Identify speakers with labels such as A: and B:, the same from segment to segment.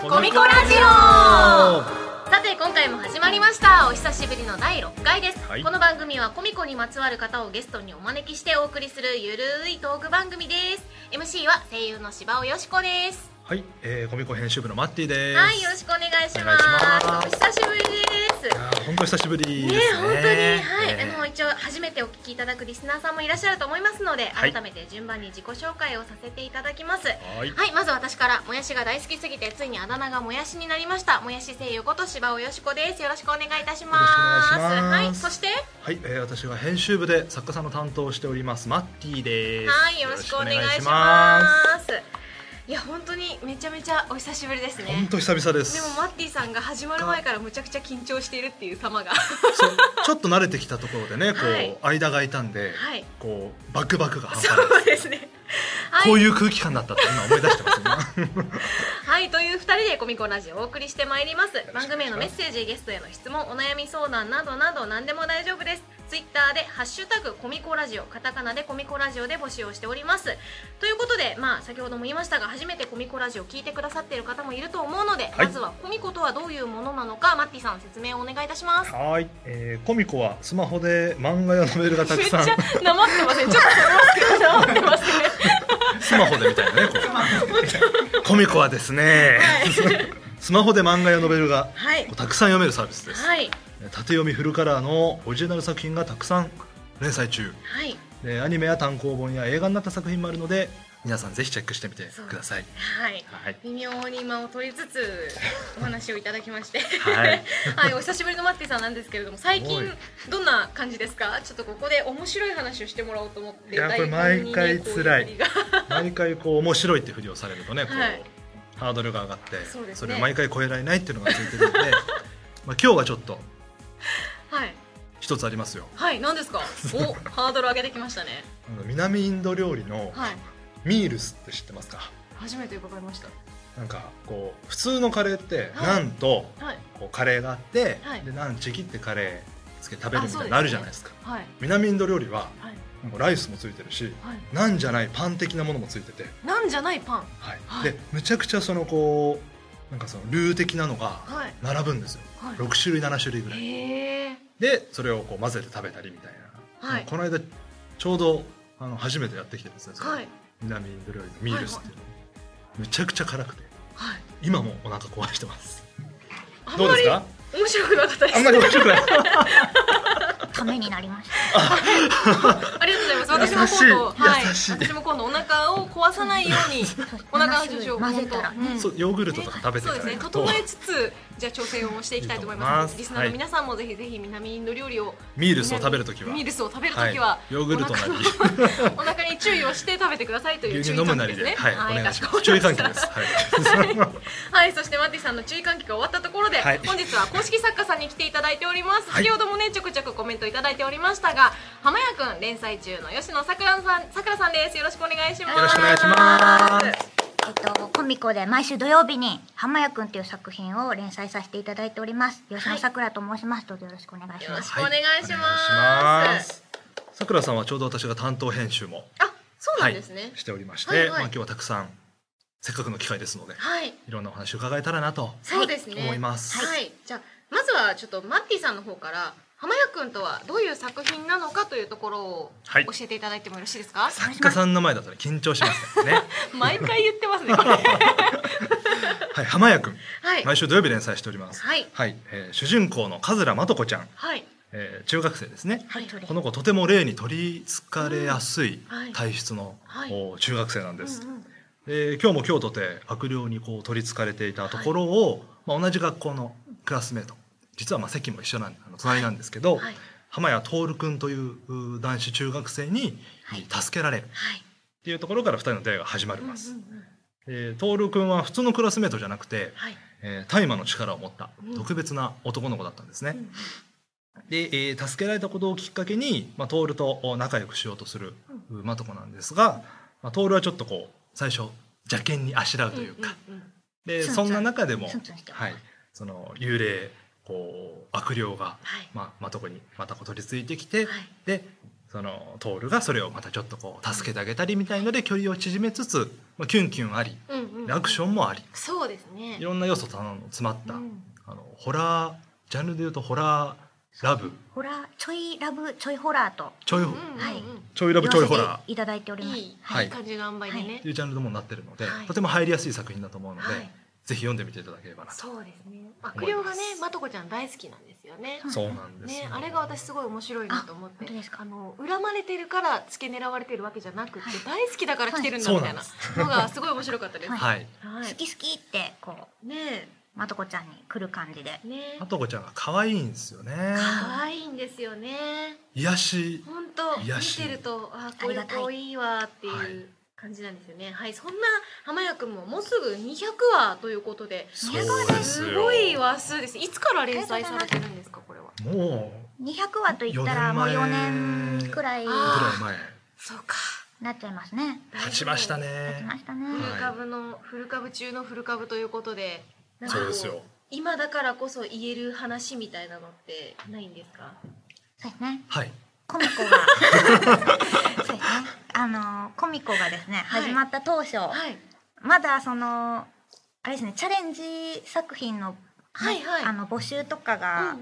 A: コミコラジオさて今回も始まりましたお久しぶりの第6回です、
B: はい
A: この番組はコミコにまつわる方をゲストにお招きしてお送りするゆるいトーク番組です MC は声優の柴尾よしこです
B: はい、えー、コミコ編集部のマッティです。
A: はいよろしくお願いし
B: お
A: ま
B: 願い
A: す
B: します
A: お久しぶりで
B: い
A: す
B: やー本当久しぶりですね。
A: ね、本当に、はい、
B: えー
A: あの一応初めてお聞きいただくリスナーさんもいらっしゃると思いますので、
B: はい
A: 改めて順番に自己紹介をさせていただきます。は、
B: はいい
A: まず私からもやしが大好きすぎてついにあだ名がもやしになりました。もやし声優こと柴尾よしこです。よろしくお願いいたします。
B: よろしくお願いします
A: はい、そして、
B: はい、えー、私は編集部で作家さんの担当をしておりますマッティです。
A: はい、よろしくお願いし
B: よろしくお願いし
A: ます。いや本当にめちゃめちゃお久しぶりです
B: ます本
A: ね。
B: 当久々です。
A: でもマッティさんが始まる前からむちゃくちゃ緊張しているっていう様が。
B: そうちょっと慣れてきたところでね、こう、
A: はい
B: 間が空いたんで、
A: はい
B: こうバクバクが半端ない。
A: そうですね。はい
B: こういう空気感だったって今思い出してます、 ね。
A: はい、という2人でコミコラジオをお送りしてまいります
B: しくお願いします
A: 番組へのメッセージゲストへの質問お悩み相談などなど何でも大丈夫ですツイッターで「ハッシュタグコミコラジオ」カタカナでコミコラジオで募集をしておりますということで、まあ、先ほども言いましたが初めてコミコラジオを聞いてくださっている方もいると思うので、
B: はい
A: まずはコミコとはどういうものなのかマッティさん説明をお願いいたします
B: はい、えー、コミコはスマホで漫画やノベルがたく
A: めっち
B: さ
A: ゃ
B: ん
A: なまってませんちょっとなまってますけどなまってますね
B: スマホでみたいなねこうコミコはですね、スマホで漫画やノベルが
A: はい
B: こうたくさん読めるサービスです、
A: はい
B: 縦読みフルカラーのオリジナル作品がたくさん連載中
A: はい
B: でアニメや単行本や映画になった作品もあるので皆さんぜひチェックしてみてください
A: はい
B: はい、
A: 微妙に間を取りつつお話をいただきまして、 は
B: はいい、
A: お久しぶりのマッティさんなんですけれども最近
B: おい
A: どんな感じですかちょっとここで面白い話をしてもらおうと思って
B: いや
A: 台本
B: これ毎回
A: にねこうう
B: 辛い
A: 振りが
B: 毎回こう面白いってふりをされるとねこう、
A: はい
B: ハードルが上がって
A: そうですね
B: れを毎回超えられないっていうのがついてるのでまあ今日はちょっと
A: はい
B: 一つありますよ
A: はい何 ですかおハードル上げてきましたね
B: あの南インド料理の
A: はい
B: ミールスって知ってますか
A: 初めて伺いました
B: なんかこう普通のカレーって
A: はい
B: なんと
A: はい
B: こうカレーがあって、
A: はい
B: でランチ切ってカレーつけて食べるみたい
A: あそうで
B: に
A: すね
B: なるじゃないですか
A: はい
B: 南インド料理は
A: はい
B: もうライスもついてるし
A: はい
B: なんじゃないパン的なものもついてて、
A: なんじゃないパン
B: はい
A: はい
B: でむちゃくちゃそのこうなんかそのルー的なのが
A: はい
B: 並ぶんですよ
A: は
B: 6種類7種類ぐら
A: い
B: い
A: へえ
B: でそれをこう混ぜて食べたりみたいな、
A: はい
B: この間ちょうどあの初めてやってきてですね、その
A: はい
B: 南インド料理のミールスっていうの、むちゃくちゃ辛くて
A: はい
B: 今もお腹壊してます
A: あん
B: どう
A: ま
B: です
A: り
B: か
A: 面白くなかったで
B: あん
A: す
B: まり面白くない
C: ためになりまし
A: ありがとうございます。私も
B: 優
A: 今度、
B: しい
A: はい、
B: 優しい
A: 私も今度お腹を壊さないよう に、
C: た。
A: お腹の調子を
C: 混ぜたらね。
B: そうヨーグルトとか食べて
A: そう
B: か
A: で
B: ら
A: すね。
B: 行くと
A: 整えつつ、じゃあ調整をしていきたいと思います。
B: いいと思います
A: リスナーの皆さんもぜひぜひ南インド料理を、
B: ミールスを食べるときは
A: ミールスを食べると
B: は
A: きは、
B: い、ヨーグルトなり
A: お腹お 腹に注意をして食べてくださいという
B: 牛
A: 注意
B: 乳飲むな
A: 喚起
B: り
A: です
B: で、
A: ね。
B: はい、お願いします
A: かし
B: 注意
A: こま
B: 喚
A: り
B: 起
A: ま
B: で
A: し
B: す
A: た
B: はい
A: はい、そしてマッティさんの注意喚起が終わったところで、
B: はい
A: 本日は公式作家さんに来ていただいております、
B: はい
A: 先ほどもねちょくちょくコメントいただいておりましたが浜谷くん連載中の吉野さくらさんさくらさんですよろしくお願いします
B: よろしくお願いします
C: えっとコミコで毎週土曜日に浜谷くんという作品を連載させていただいております。吉野さくらと申します。どうぞよろしくお願いし
A: よろ
C: ま
A: し
C: す。
A: くお願いしま
B: は
A: す
B: いお願いしますさくらさんはちょうど私が担当編集も、
A: あそうな
B: は
A: ん
B: い
A: ですね、
B: しておりまして、
A: はいはい
B: まあ、今日はたくさんせっかくの機会ですので
A: はい、
B: いろんなお話伺えたらなと
A: そうですね、
B: 思います、
A: はい、じゃあまずはちょっとマッティさんの方から浜谷くんとはどういう作品なのかというところを
B: はい
A: 教えていただいてもよろしいですか、
B: 作家さんの前だとね緊張しますね
A: 毎回言ってま すねこれ
B: はい浜谷くん
A: はい
B: 毎週土曜日連載しております
A: はい
B: はい、えー主人公の桂まと子ちゃん、
A: はい
B: えー中学生ですね
C: はい、それ
B: こ。の子とても霊に取りつかれやすい
A: うんはい
B: 体質の、
A: はい
B: お中学生なんです、
A: うんうん
B: で今日も今日とて悪霊にこう取りつかれていたところを、まあ、同じ学校のクラスメート実はまあ席も一緒なんあの隣なんですけど、
A: はい
B: 浜谷徹君というう男子中学生に助けられるっ
A: はい
B: ていうところから2人の出会いが始まります
A: うんうんうん
B: で徹君は普通のクラスメートじゃなくて、
A: はい
B: えー大麻の力を持った
A: うん
B: 特別な男の子だったんですね、
A: ん
B: で、えー助けられたことをきっかけに、まあ、トールと仲良くしようとするマトコなんですが、まあ、トールはちょっとこう最初邪険にあしらうというか、
A: うんうんうん
B: で
C: ツンツ
B: そ
C: ン
B: んな中でも
C: ツンツンしてます
B: はい、その幽霊こう悪霊が、
A: はい
B: まあ、マトコにまたこう取り付いてきて、
A: はい
B: でそのトールがそれをまたちょっとこう助けてあげたりみたいので距離を縮めつつ、まあ、キュンキュンあり
A: うんうん、
B: でアクションもあり
A: そうですね
B: いろんな要素と詰まった、
A: うん
B: あのホラージャンルでいうとホラーラブ
C: ホラーちょいラブちょいホラーと
B: ちょい、
A: うんうんうん
C: はい
B: ちょいラブちょいホ
C: 言わ
B: ラ
C: せていただいております
A: いい、
B: はい
A: いい感じの塩梅でね
B: ーと、いうジャンルもなってるので、
A: はい
B: とても入りやすい作品だと思うので、
A: はい
B: ぜひ読んでみていただければなと
A: そうですね悪霊がねまとこちゃん大好きなんですよね
B: そうなんですよ
A: ね、あれが私すごい面白いなと思っ
C: あ
A: て
C: 本当ですか
A: あの恨まれてるから付け狙われてるわけじゃなくて、
C: はい
A: 大好きだから来てるんだ
B: はい
A: みたいなのがすごい面白かったです。は
B: はい
C: 好き好きってこう
A: い、ね
C: まとこちゃんに来る感じで
A: えねえ
B: あとこちゃんが可愛いんですよね
A: 可愛いんですよね
B: 癒し
A: 本当
B: 癒やし
A: 見てるとあこう
C: あ
A: いう
C: りがたい
A: 子いいわって
B: は
A: いう
B: い
A: 感じなんですよねはいそんな浜谷くんももうすぐ200話ということで
B: そうですよ
A: すごい話数ですいつから連載されてるんですかこれは
B: も
C: 200話といったらもう
B: 四
C: 4
B: 年前
C: 年くらい
B: うん
A: あ
B: ぐらい前
A: そうか
C: なっちゃいますね。
B: 経ちました
C: 経ち
B: ね
C: ましたね。
A: フル
B: はい
A: 株のフル株中のフル株ということでなんか
B: そ
A: こ
B: うですよ
A: 今だからこそ言える話みたいなのってないんですか
C: そうですね。
B: はい
C: コミコがそうですね。あのコミコがですね、
A: はい
C: 始まった当初、
A: はい
C: まだそのあれですねチャレンジ作品の、ね
A: はいはい
C: あの募集とか
A: うんう
C: が
A: ん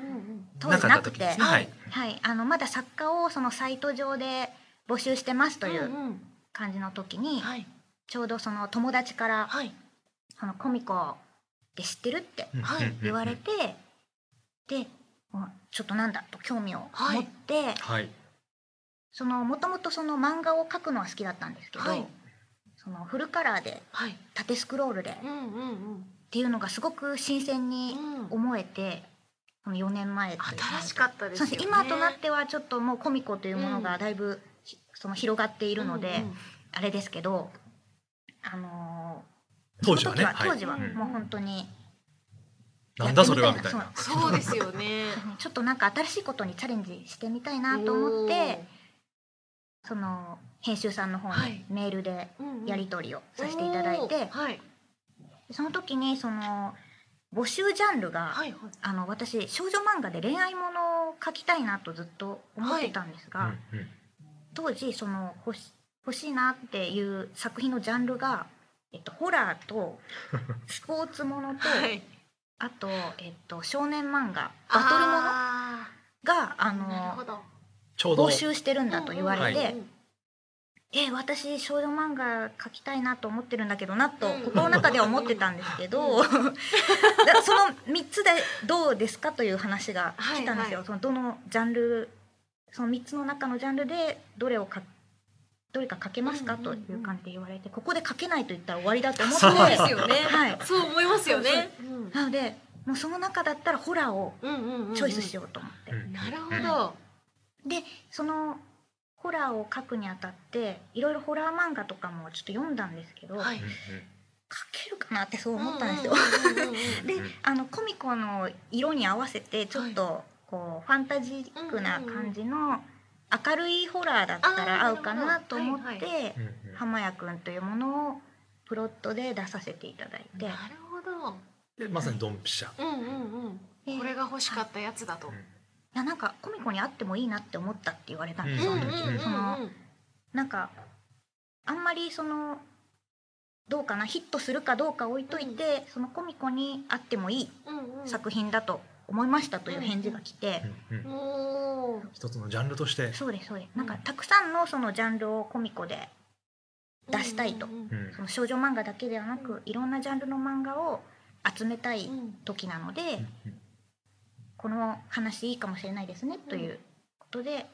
C: 当時なくて、
B: なかった時ですねはい
C: はいあのまだ作家をそのサイト上で募集してますとい
A: うん
C: う
A: うん
C: 感じの時に、
A: はい
C: ちょうどその友達から
A: はい
C: そのコミコって知ってるって
B: うん
A: はい
B: うんうんうん
C: 言われて、でうんちょっとなんだと興味を
A: はい
C: 持って、
B: はい
C: そのもともとその漫画を描くのは好きだったんですけど、
A: はい
C: そのフルカラーで
A: はい
C: 縦スクロールでっ
A: うんうんうん
C: ていうのがすごく新鮮に
A: うん
C: 思えて、その4年前という
A: 新しかったです
C: そう
A: よ
C: で
A: ね
C: すね今となってはちょっともうコミコというものがだいぶ、ひその広がってい
A: い
C: るので、あれですけどあのー
B: 当時はね
C: その当時は
B: はい
C: もう本当に、
B: なんだそれはみたいな
A: そうですよね
C: ちょっとなんか新しいことにチャレンジしてみたいなと思ってその編集さんの方
A: は
C: に
A: い
C: メールで
A: おーうんうん
C: やり取りをさせていただいて、
A: おーはい
C: その時にその募集ジャンルが、
A: はいはい
C: あの私少女漫画で恋愛ものを描きたいなとずっと思ってたんですが、
B: うんうん
C: 当時その欲し欲しいなっていう作品のジャンルが、えっと、ホラーとスポーツものと、
A: はい
C: あと、えっと、少年漫画バトルものがあ
A: あーなるほ
C: の
A: ど
B: ちょうど
C: 募集してるんだと言わ
B: う
C: れて、
B: んうん
A: うんうん
C: え私少女漫画描きたいなと思ってるんだけどなと
A: うん
C: 心の中では思ってたん ですけど、だその3つでどうですかという話が来たんで
A: は
C: すよ。
A: いはい
C: そのどのジャンルその3つの中のジャンルでどれをかどれか書けますか
A: うんうん
C: と
A: う
C: い
A: ん
C: う感じで言われて、ここで書けないと言ったら終わりだと思って
A: そうですよね
C: はい
A: そう思いますよね
C: なのでもうその中だったらホラーを
A: うんうんうんうん
C: チョイスしようと思って、
B: うん
A: なるほど
C: でそのホラーを書くにあたっていろいろホラー漫画とかもちょっと読んだんですけど、
A: はい
B: うんうん
C: 書けるかなってそう思ったんですよ。
A: うん うんうんう
B: う
A: ん
B: ん
C: であのコミコの色に合わせてちょっとこう、ファンタジックな感じの明るいホラーだったら合うかなと思って
A: あーなる
B: う
A: ほ
B: んうん
C: 浜谷くんというものをプロットで出させていただいて
A: なるほど
B: でまさにドンピシャ
A: うんうんうん
C: で
A: これが欲しかったやつだと
B: うん
C: いやなんかコミコに会ってもいいなって思ったって言われたん
A: う
C: で
A: ん
C: す
A: う
C: よ、
A: んうん
C: ね
A: うん
C: そのなんかあんまりそのどうかなヒットするかどうか置いといて、そのコミコに会ってもいい
A: うんうん
C: 作品だと思いましたという返事が来て、
B: うんうん
A: おー
B: 一つのジャンルとして
C: そうですそうですなんかたくさんのそのジャンルをコミコで出したいと
A: うんうん
B: うん
C: その少女漫画だけではな
A: うん
C: くいろんなジャンルの漫画を集めたい
A: うんうん
C: 時なので、
B: うん
C: この話いいかもしれないですね、ということで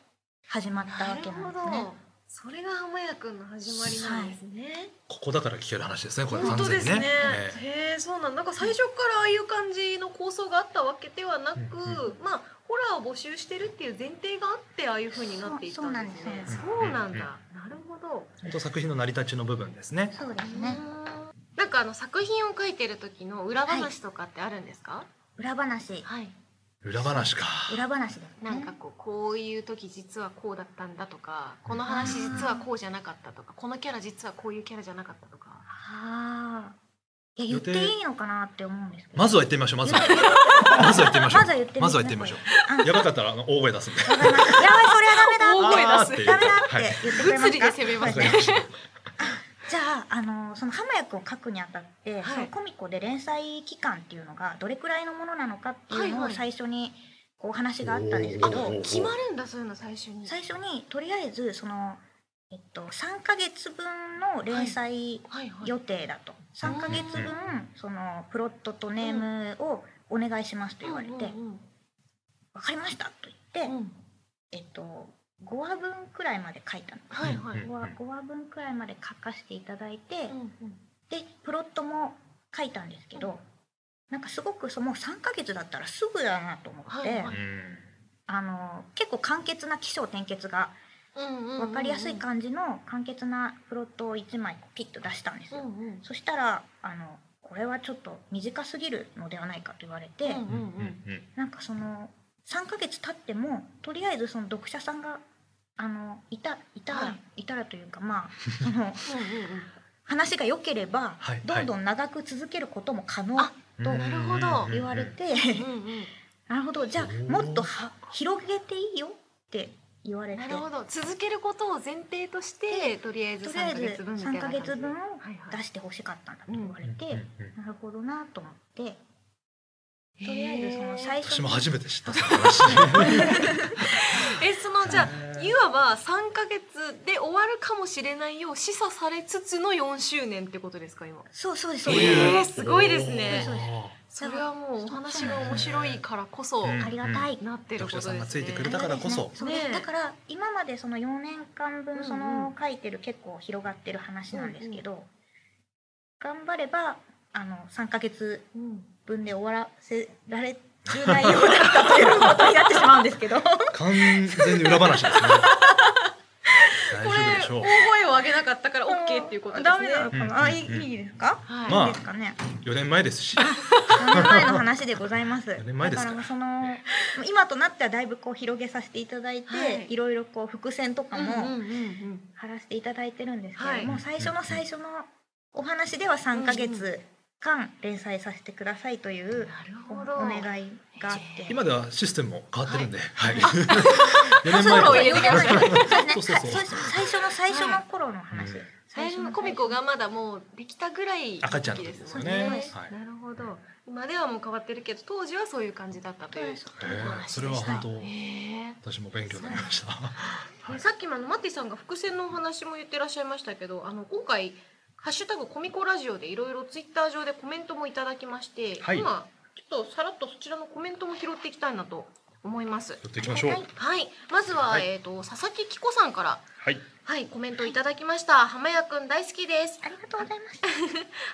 C: 始まった
A: な
C: わ
A: る
C: けな
A: ほ
C: んですね
A: ど。それが浜谷くんの始まりなんですね
B: ここだから聞ける話ですねこれ
A: 本
B: 完
A: 当
B: 全
A: で
B: に
A: す
B: ね
A: ね。
B: ええ
A: へえ、そうなんだ。なんか最初からああいう感じの構想があったわけではなく、
B: うん
A: まあホラーを募集してるっていう前提があってああいう風になっていったんですね。
C: そう
A: そう
B: そう
A: な
B: なんん
A: だ。
B: です
A: なるほど。
B: 本当作品の成り立ちの部分ですね
C: そうです
A: う
C: ね
A: ーんなんかあの作品を書いてる時の裏話とかってあるんですか？
C: 裏話
A: はい。
B: 裏話か
C: 裏話ですね
A: なんかこうこういう時実はこうだったんだとか、この話実はこうじゃなかったとか、このキャラ実はこういうキャラじゃなかったとか。
C: ああいや言っていいのかなって思うんですけど
B: まずは言ってみましょうまずは まずは言ってみましょう
C: まずは言ってみますね
B: まずは言ってみましょうやばかったらあの大声出すんで
C: やばいやばいそれはダメだ
B: あー
A: 大声出す
B: っていう
C: ダメだっ
B: はい
C: て言ってくれま
A: 物
C: す
A: 理
C: か、
A: で攻めま
B: わ
A: す
B: かり
A: ね
B: ました
C: じゃああのその浜役を書くにあたって、
A: はい
C: そのコミコで連載期間っていうのがどれくらいのものなのかっていう
A: はい
C: の
A: は
C: を
A: い
C: 最初にこう話があったんですけど、
B: おー
A: 決まるんだそういうの最初に
C: 最初にとりあえずその、えっと、3ヶ月分の連載
A: はいはい
C: 予定だと、
A: い
C: 3ヶ月分
B: うん
C: そのプロットとネームをお願いしますと言われて「
A: うんうん
C: 分かりました」と言って、
A: うんうん
C: えっと、5話分くらいまで書いたの。
A: はいはい
B: うん
C: 5話 ,5 話分くらいまで書かせていただいて、
A: うんうん
C: でプロットも書いたんですけど、なんかすごくその3ヶ月だったらすぐだなと思っ
A: は
C: て、
A: いは
B: う
A: い
B: ん
C: あの結構簡潔な起承転結が
A: うんうんうんうん
C: 分かりやすい感じの簡潔なプロットを1枚ピッと出したんです
A: うん
C: よ、
A: うん
C: そしたらあのこれはちょっと短すぎるのではないかと言われて、
A: うん
B: うんうん
C: なんかその3ヶ月経ってもとりあえずその読者さんがあのいたいたら、、
A: はい
C: たらというかまあその
A: う
C: 話が良ければ、
B: はい
C: どんどん長く続けることも可能
A: あ
B: うん
C: と
B: うん
A: なるほど
B: うん
C: 言われて、
A: んうんうんうん
C: なるほどじゃ
B: おー
C: あもっとは広げていいよって言われて
A: なるほど続けることを前提としてとりあえず
C: とり
A: 3
C: あ
A: ヶ
C: えず
A: 月分みたい
C: 3
A: な
C: ヶ
A: 感じ
C: 月分を
A: はいはい
C: 出してほしかったんだと言われて、
B: うんうんうん
C: なるほどなと思って
A: へー
C: とりあえずその最初
B: 私
C: に
B: も初めて知ったその話
A: えそのじゃあ
B: へー
A: いわば3ヶ月で終わるかもしれないよう示唆されつつの4周年ってことですか今
C: そうそうです
A: え
C: そう
A: ー
C: です、
A: すごいですね
C: そうです
A: それはもうお話が面白いからこそ
B: うん
C: ありがたい、
A: なってる
B: 読
A: こと
B: 者
A: です
B: さ
A: ね
B: んがついてくれたからこそ
C: そうです
A: ねえ
C: だから今までその4年間
A: うんう
C: 分
A: ん
C: その書いてる結構広がってる話なんですけど、頑張ればあの3ヶ月
A: うん
C: 分で終わらせられる内容だったということになってしまうんですけど
B: 完全に裏話ですね大丈夫で
A: これ大
B: しょ
A: 声
B: う
A: を上げなかったから OK っていうことですね
C: ダメなのかな、あい
B: うんうん
C: いいですか、
A: はい
B: まあ
C: いいですかね
B: 4年前ですし
C: 4年前の話でございます
B: 四年前ですか
C: だからその今となってはだいぶこう広げさせていただいて、
A: はい
C: い、ろいろこう伏線とかも、
A: うんうんうんうん
C: 貼らせていただいてるんですけれども、
B: はい
C: 最初の最初のお話では3ヶ月間連載させてくださいとい
A: な
C: う
A: る
C: おお
A: ほど
C: 願いがあって
A: えー
B: 今ではシステムも変わってるんで、はい。4
A: パ
B: 年
A: スワ
B: 前
A: ード
B: と
A: を入れてください
B: そうそうそう
C: そうです最初の最初の頃の話、
B: はい
A: 最初のコミコがまだもうできたぐらい
B: 赤ちゃんの時ですよね
A: 時です
B: はい
A: なるほど今ではもう変わってるけど当時はそういう感じだったという
C: そう
B: え
C: です
B: ーそれは本当、
A: へ
B: 私も勉強になりました。
A: ーさっきもあのマティさんが伏線のお話も言ってらっしゃいましたけどあの今回「ハッシュタグコミコラジオ」でいろいろツイッター上でコメントもいただきまして、
B: はい
A: 今ちょっとさらっとそちらのコメントも拾っていきたいなと思います
B: やっていきましょう。
C: はい
A: はいまずは、
B: はい
A: えー、と佐々木紀子さんから
B: はい。
A: はいコメントいただきました浜谷くん大好きです
C: ありがとうございます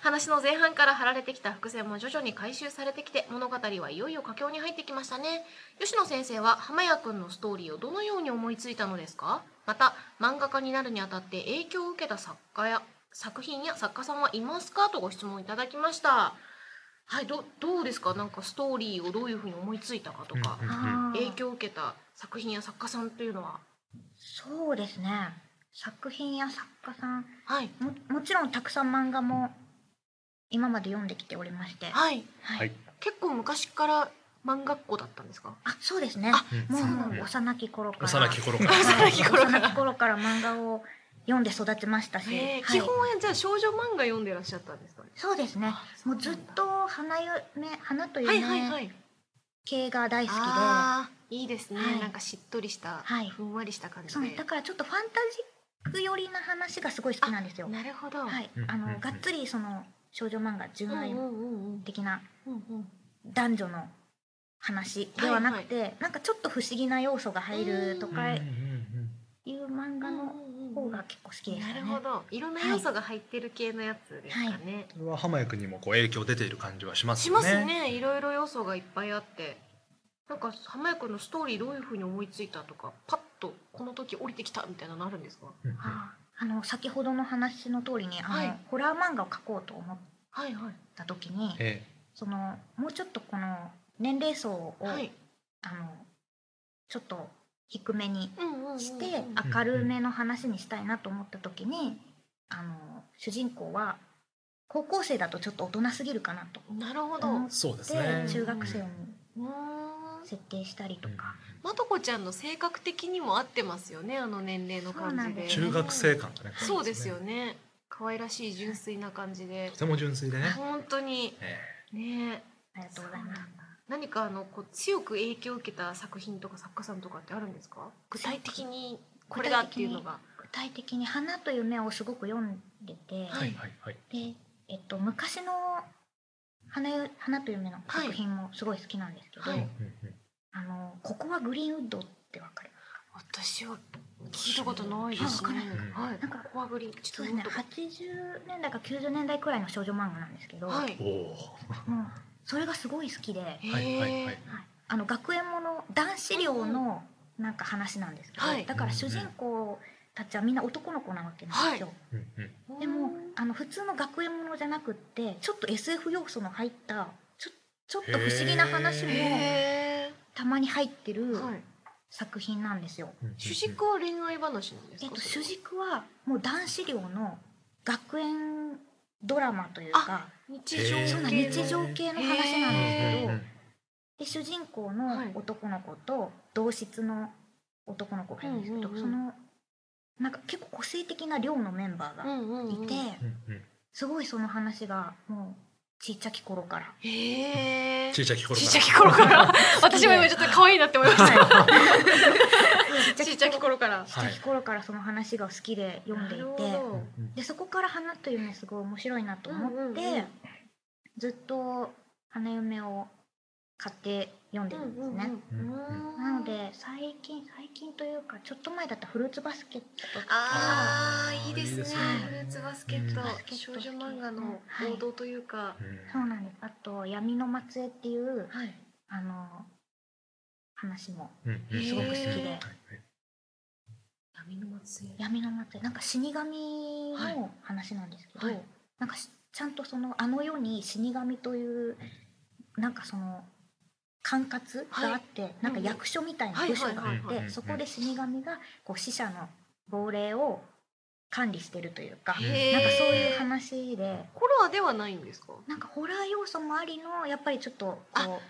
A: 話の前半から貼られてきた伏線も徐々に回収されてきて物語はいよいよ佳境に入ってきましたね吉野先生は浜谷くんのストーリーをどのように思いついたのですかまた漫画家になるにあたって影響を受けた作家や作品や作家さんはいますかとご質問いただきましたはいどどうですかなんかストーリーをどういうふうに思いついたかとか
B: うん
C: あー
A: 影響を受けた作品や作家さんというのは
C: そうですね作品や作家さん
A: はい
C: ももちろんたくさん漫画も今まで読んできておりましてあ
A: はい
B: はい。
A: 結構昔から漫画っ子だったんですか
C: そうですね
A: あ
B: うん
C: も
A: そうなん
C: う
B: だ
C: 幼き頃から
B: 幼き頃から。
A: 幼き頃から
C: 幼き頃から漫画を読んで育ちましたし、
A: へー
C: は
A: 基
C: い
A: 本はじゃあ少女漫画読んでらっしゃったんですかね。
C: そうですねもうずっと花嫁花と
A: はいはい
C: 夢
A: はい。
C: 系が大好きで、
A: あーいいですね、
C: はい
A: なんかしっとりした、
C: はい
A: ふんわりした感じ
C: そう
A: で
C: だ。からちょっとファンタジック寄りな話がすごい好きなんですよ。
A: なるほど。
C: はい
B: うん、
C: あ
B: うん
C: のがっつりその少女漫画
A: うん
C: 純
A: うん
C: 愛
A: うん
C: 的な
A: うんうん。
C: 男女の話ではなくて、なんかちょっと不思議な要素が入るとか
A: う
C: い
B: うんうん
C: う漫画の方が結構好きでした
A: な
C: ね
A: る。ほど。いろんな要素が入ってる系のやつですかね。
B: うんこれは浜谷君にもこう影響出ている感じはします
A: し
B: よ
A: ま
B: ね。
A: すね。いろいろ要素がいっぱいあって。なんか浜谷君のストーリーどういうふうに思いついたとかパッとこの時降りてきたみたいなのあるんですか
B: うんうん
C: あーあの先ほどの話の通りにあの、
A: はい
C: ホラー漫画を描こうと思っ
A: はいはい
C: た時に
B: え
C: そのもうちょっとこの年齢層を、
A: はい
C: あのちょっと低めに
A: うんうんうんうん
C: して、明るめの話にしたいなと思った時にあの主人公は高校生だとちょっと大人すぎるかなと
A: なるほど。
C: う
A: うんん
B: そうです
C: で
B: ね。
C: 中学生に
A: ま
C: 設定したりとか、
A: とこちゃんの性格的にも合ってますよねあの年齢の感
C: そうな
A: じ
C: ん
A: で。
C: です
B: 中学生感がね。
A: そうですよ。ね。可愛らしい純粋な感じで
B: と。ても純粋でね。
A: 本当に
B: え
A: ね
C: ありがとうございます。
A: 何かあのこう強く影響を受けた作品とか作家さんとかってあるんですか具体的にこれだっていうのが
C: 具体的に「花と夢」をすごく読んでて、
B: えはいはいはい。
C: で、えっと、昔の花よ「花と夢」の作品もすごい好きなんですけど、
A: はい
B: うんうんうん
C: あのここはグリーンウッドってわかる
A: 私は聞いたことないですね
C: あわ
B: からない
A: はい
C: なんか
A: コアグリち
C: そ
A: ょ
C: う
A: っ
C: で
A: と
C: すね
A: とか
C: 80年代か90年代くらいの少女漫画なんですけど、
A: はい
B: お
C: もうそれがすごい好きで、はい、
B: お。はいはいは
A: へ
B: い。
C: あの学園もの男子寮のなんか話なんですけど、
A: はい
C: だから主人公たちはみんな男の子なわけなんですよ、
B: うんうん
A: ー
C: でもあの普通の学園ものじゃなくってちょっと SF 要素の入ったちょちょっと不思議な話も
A: へ
C: たまに入ってる
A: ーはい
C: 作品なんですよ。
B: うんうん。
A: 主軸は恋愛話なんです
C: えっ
A: か
C: と、
A: それは
C: 主軸はもう男子寮の学園ドラマというか
A: 日常
B: へー
C: そうな
A: 系の
C: 日常系の話なんですけ
A: へ
C: ど
B: うんうん
C: で主人公
A: はい
C: の男の子と同室の男の子がいるんですけど、
A: うんうんうん
C: そのなんか結構個性的な寮のメンバー
A: う
C: が
A: んうんうん
C: いて、
B: うんうん
C: すごいその話がもうちっちゃき頃から。
A: へえ
B: ちいちゃき頃
A: ち
B: から。
A: っちゃき頃から私も今ちょっと可愛いなって思いました
C: はい
A: ちっちゃき頃から
C: ちっちゃき頃からその話が好きで読んでい
A: なる
C: て
A: ほど
B: うんうん
C: でそこから「花と夢」すごい面白いなと思って、
A: うんうんうん
C: ずっと「花夢」を買って読んでるんですね。
A: うんうんうん
C: なので最近最近というかちょっと前だったフルーツバスケットとか
A: あー
B: あー
A: いいです
B: い
A: ね
B: いですね
A: フルーツバスケット、
B: うん
A: 少女漫画の王道というか、
C: そうなんですあと「闇の末裔」っていう
A: はい
C: あの話も
B: うんうんうん
C: すごく好き
A: へー
C: で
A: 闇の末裔
C: 「闇の末裔」なんか死神の話なんですけど、
A: はい
C: なんかしちゃんとそのあの世に死神というなんかその管轄があって、なんか役所みたいな部署があって、
B: はいはいはいはい
C: そこで死神がこう死者の亡霊を管理してるというか、
A: へー
C: なんかそういう話で。
A: ホラーではないんですか
C: なんかホラー要素もありのやっぱりちょっとこ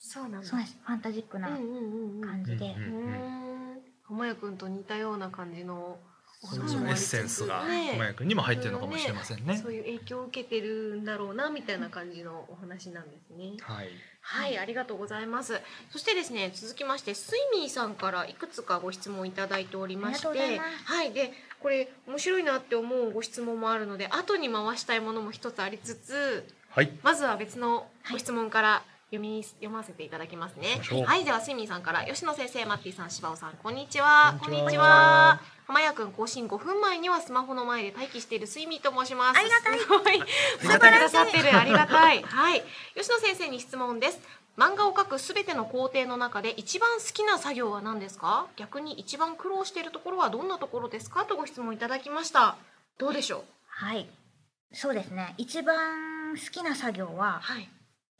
A: そうなん
C: うそうなんですファンタジックな
A: うんうんうんうん
C: 感じで、
B: うんうん
A: うん浜谷君と似たような感じのお
B: そうで
A: 話
B: す
A: も
B: ねエッ
A: ありつつ
B: センスが
A: ね
B: 小くんにも入ってるのかもしれませんね
A: そう。いう影響を受けてるんだろうなみたいな感じのお話なんですね
B: はい。
A: はい、ありがとうございます。そしてですね、続きまして、スイミーさんからいくつかご質問いただいておりまして、
C: ありがとうございます
A: はい、で、これ面白いなって思うご質問もあるので、後に回したいものも一つありつつ、
B: はい。
A: まずは別のご質問から読み、読ませていただきます
B: 行き
A: ね
B: ましょう。
A: はい、ではスイミーさんから吉野先生、マッピーさん、柴尾さん、こんにちは。
B: こんにちは
A: 浜谷くん更新5分前にはスマホの前で待機しているスイミーと申します。
C: ありがたい
A: すごい。待ってくださってる。ありがたい。はい。吉野先生に質問です。漫画を描くすべての工程の中で一番好きな作業は何ですか逆に一番苦労しているところはどんなところですかとご質問いただきました。どうでしょう
C: はいそうですね一番好きな作業は、
A: はい。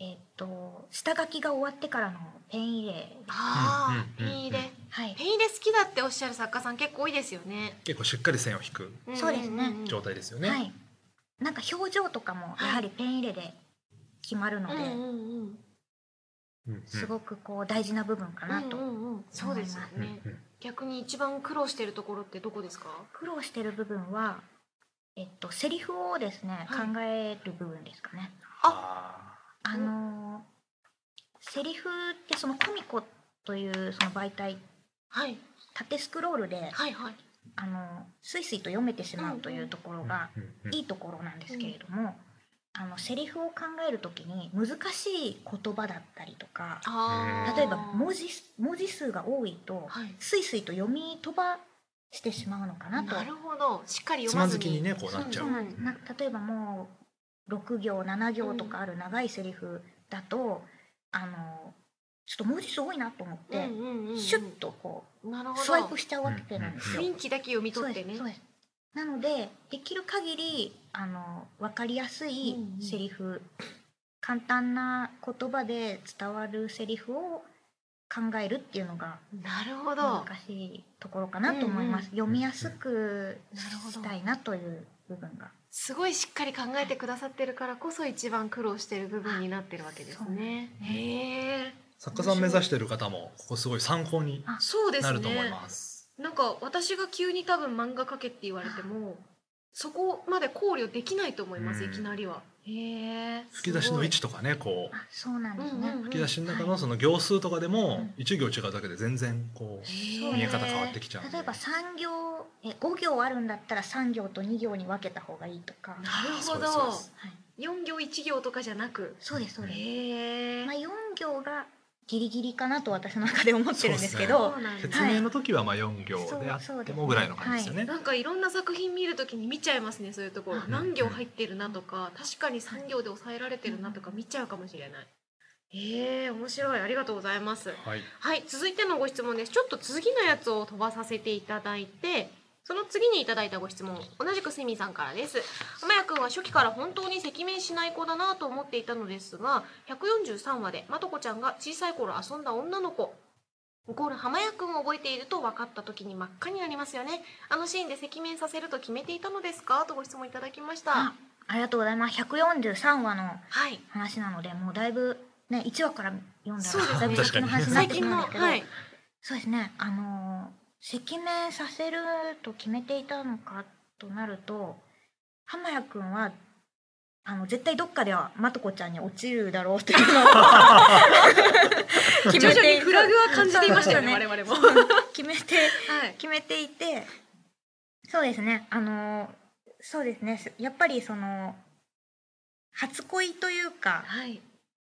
C: えっと下書きが終わってからのペン入れ
A: あ
B: う
A: あ、
B: んうんうんうん
A: ペン入れ。
C: はい
A: ペン入れ好きだっておっしゃる作家さん結構多いですよね。
B: 結構しっかり線を引く
A: ん
C: そうですね
A: ん
B: 状態ですよね。
C: はいなんか表情とかもやはりペン入れで決まるの
A: う
C: で、
A: んうんうん。
B: うんうん
C: すごくこう大事な部分かなと、
A: うんうんうんそうですよ
B: うんう
A: ね。
B: ん
A: 逆に一番苦労しているところってどこですか
C: 苦労してる部分はえっとセリフをですね、
A: はい
C: 考える部分ですかね
B: あ
C: あのーセリフってそのコミコというその媒体
A: はい。
C: 縦スクロールで、
A: はいはい。
C: あのースイスイと読めてしまうというところが
B: ーうんうん
C: いいところなんですけれども、あのセリフを考えるときに難しい言葉だったりとか
A: あー
C: 例えば文字文字数が多いと、
A: はい
C: スイスイと読み飛ばしてしまうのかなと
A: なるほどしっかり
B: つ
A: 読
B: ま
A: ま
B: ず
A: ず
B: きにねこうなっちゃう。
A: そうなんんです
C: な例えばもう6行7行とかある長いセリフだと、あのちょっと文字すごいなと思って、
A: うんうんうんうん
C: シュッとこ
A: なる
C: う
A: ほど
C: スワイプしちゃうわけなんですよ。
A: 雰囲気だけ読み取ってね
C: そうですそうですなのでできる限りあの分かりやすい
A: うんうん
C: セリフ、簡単な言葉で伝わるセリフを考えるっていうのが
A: なるほど
C: 難しいところかなと思います、読みやすく
A: なるほど
C: したいなという部分が
D: すごいしっかり考えてくださってるからこそ一番苦労してる部分になってるわけですね。
A: へえ
B: 作家さん目指してる方もここすごい参考に
A: そうですね
B: なると思います。
A: なんか私が急に多分漫画描けって言われてもそこまで考慮できないと思います、
B: うん
A: いきなりはへえ
B: 吹き出しの位置とかねこう
C: あそうなんですね、
B: 吹き出しの中
C: は
B: のその行数とかで
C: う
B: も
C: ん
B: 一行違うだけで全然こう
C: そう
B: 見え方変わってきちゃうんで。
C: 例えば3行え5行あるんだったら3行と2行に分けた方がいいとか、
A: なるほ
B: そうで
A: ど
B: すそうです
C: はい、
A: 四行一行とかじゃなく
C: そうですそうです、
A: へえ
C: まあ、4行がギリギリかなと私の中で思ってるんですけど
A: そうなんだ
B: 説明の時はまあ4行であってもぐらいの感じですよね。
A: なんかいろんな作品見るときに見ちゃいますねそういうところ
C: うん
A: 何行入ってるなとか確かに3行で抑えられてるなとか見ちゃうかもしれないへえ面白いありがとうございます
B: はい。
A: はい、続いてのご質問です。ちょっと次のやつを飛ばさせていただいて、その次にいただいたご質問、同じくセミさんからです。浜谷くんは初期から本当に赤面しない子だなと思っていたのですが、143話で、まとこちゃんが小さい頃遊んだ女の子、イコール浜谷くんを覚えていると分かった時に真っ赤になりますよね。あのシーンで赤面させると決めていたのですかとご質問いただきました。
C: あありがとうございます143話の
A: はい。
C: 話なのでもうだいぶ、ね、1話から読んだ
A: そうですね
C: らだいぶ先の話になっ
A: 最
C: てし
A: 近
C: ま
A: の、
C: うんですけど、
A: はい。
C: そうですねあの赤面させると決めていたのかとなると浜谷くんはあの絶対どっかではまとこちゃんに落ちるだろうという のを決
A: 徐
C: め
A: 々
C: て
A: にフラグは感じていましたよね、
C: そう
A: 我々も。は
C: 決めて
A: い。
C: 決めていてそうですねあのそうですねやっぱりその初恋というか
A: はい。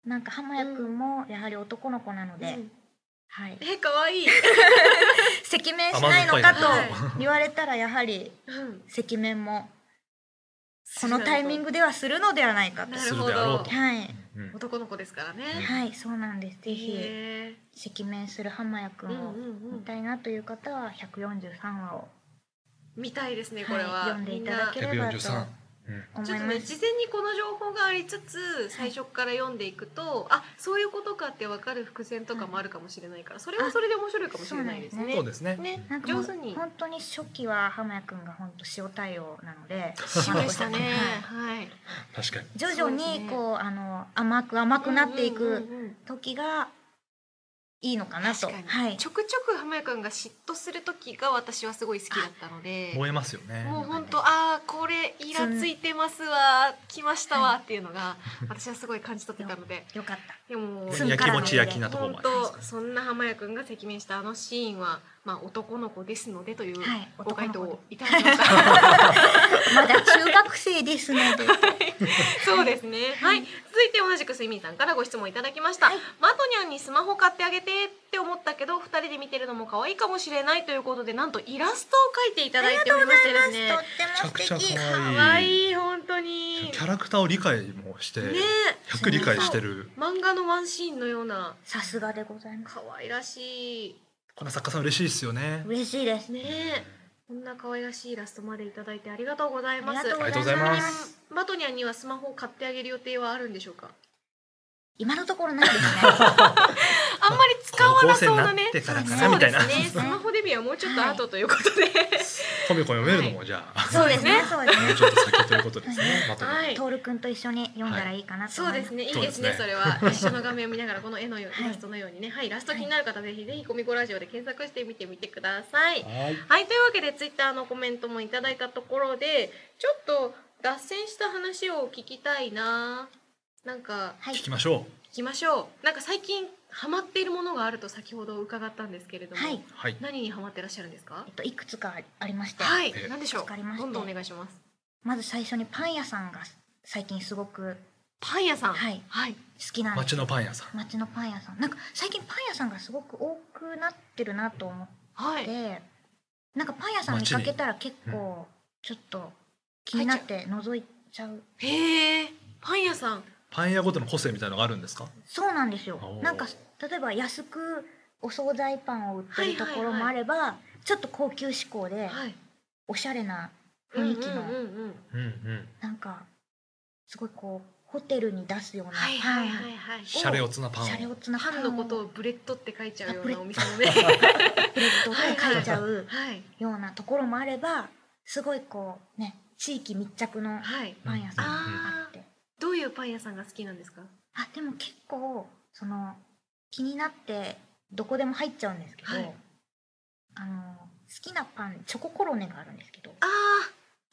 C: なんか浜谷くんもやはり男の子なので、はい、
A: え、可愛い。
C: 赤面しないのか
A: 甘
C: と
A: 酸っぱ
B: いな
C: 言われたらやはり
A: うん
C: 赤面もこのタイミン
A: グ
C: グではするのではないかと
A: な。
B: するであろうと。
C: はい、
B: うん
A: 男の子ですからね。
C: はい、そうなんです。ぜひ
A: へ
C: 赤面する浜谷く
A: ーうん
C: んを
A: うんう
C: 見
A: ん
C: たいなという方は143話を
A: 見たいですね、こ
C: は
A: れ
C: い
A: は。
C: 読んでいただければと
B: 143
C: 思
A: ちょっ
C: い
A: と
C: ま
A: ね、
C: す。
A: 事前にこの情報がありつつ最初から読んでいくと、あそういうことかって分かる伏線とかもあるかもしれないからそれはそれで面白いかもしれないですね。
B: そうですね。
A: ね
C: なんかもう
A: 上手に
C: 本当に初期は浜谷くんが本当塩対応なので、
A: しましたね
C: はい。
A: はい、
B: 確かに。
C: 徐々
A: そうです
C: に
A: ね
C: こうあの甘く甘くなってい
A: うんうん
C: く
A: うんうん
C: 時がいいのかなと、
A: 確かに、
C: はい、
A: ちょくちょく浜谷くんが嫉妬する時が私はすごい好きだったので。
B: 燃えますよね。
A: もう本当ああこれイラついてますわ来ましたわっていうのが私はすごい感じ取ってたので
C: よかった。
A: でも
C: つん
B: や
C: か
B: き
C: らの
B: もち焼きなところ
A: 本
B: もあります
A: 当そんな浜谷くんが赤面したあのシーンはまあ男の子ですのでという
C: はい
A: ご回答
C: 男の
A: を
C: 子
A: いただきました。
C: まだ中学生ですので、
A: そうですね。はい、続いて同じくスイミンさんからご質問いただきました。
C: はい
A: マトニャンにスマホ買ってあげてって思ったけど、二人で見てるのも可愛いかもしれないということで、なんとイラストを描いていただいておりましてですね
C: と。っても素敵。
B: めちゃくちゃ可愛い
A: 可愛い本当に。ね
B: キャラクターを理解もして、
A: え、
B: 100理解してる。
A: 漫画のワンシーンのような
C: さすがでございます。
A: 可愛らしい。
B: この作家さん嬉しいですよね。
C: 嬉しいです。
A: ねえ、こんな可愛らしいイラストまでいただいてありがとうござ
C: あ
A: い
C: り
A: ます。
C: がとう
B: ありがとう
C: ご
B: ご
C: ざ
B: ざ
C: い
B: い
C: ま
B: ますす。
A: マトニャンにはスマホを買ってあげる予定はあるんでしょうか。
C: 今のところないで すね。
A: あんまり使わなそうなね。
B: 高校生になってから
C: かな
A: そうです
B: みた
A: ね。スマホデビューはもうちょっと後ということで。
B: コミコン読めるのもじゃあ、
C: そうですね。 そうです
B: もう
C: ね。
B: ちょっと先ということですね。また
A: はい
C: トールくんと一緒に読んだらいいかなと
A: そう
C: 思い
A: で
C: ますす。
A: ね。いい
B: そう
A: で
B: ですす
A: ね
B: ね。
A: それは一緒の画面を見ながらこの絵のよう
C: はい
A: イラストのようにね、はい、イラスト気になる方ぜひぜひコミコラジオで検索してみてみてください。
B: はい。
A: はい、というわけでツイッターのコメントもいただいたところで、ちょっと脱線した話を聞きたいな。なんか
C: はい
B: 聞きましょ
A: 聞きましょう。なんか最近ハマっているものがあると先ほど伺ったんですけれども、
C: はい。
B: う。はい。
A: 何にハマってらっしゃるんですか
C: えっ？といくつかありまして、
A: はい
B: え、
A: 何でしょ
C: わかり
A: う。
C: ました
A: どんどんお願いします。
C: まず最初にパン屋さんが最近すごく
A: パン屋さん。
C: はい
A: はい。
C: 好きなんで
B: 街
C: す。
B: のパン屋さん。
C: 街のパン屋さん。なんか最近パン屋さんがすごく多くなってるなと思っ
A: はい。
C: て、なんかパン屋さん見かけたら結構ちょっと気になって覗いちゃう。
A: へえ。パン屋さん。
B: パン屋ごとの個性みたいなのがあるんですか。
C: そうなんですよ
B: お。ー
C: なんか例えば安くお惣菜パンを売ってるところもあれば、ちょっと高級志向で
A: はい。
C: おしゃれな雰囲気の、
A: うんうんうんうん。
B: うんうん。
C: なんかすごいこうホテルに出すような、
A: はいはいはいはい。
B: シャレオツなパンを。
C: シャレオツな
A: パンのこと
C: を
A: をブレッドって書いちゃうよう
C: あ
A: なお店のね。
C: プレートで書いちゃう
A: はい。
C: ようなところもあればすごいこうね地域密着の
A: はい。
C: パン屋さんがあって、
A: どういうパン屋さんが好きなんですか。
C: あでも結構その気になってどこでも入っちゃうんですけど、
A: はい
C: あの好きなパンチョココロネがあるんですけど
A: ああ、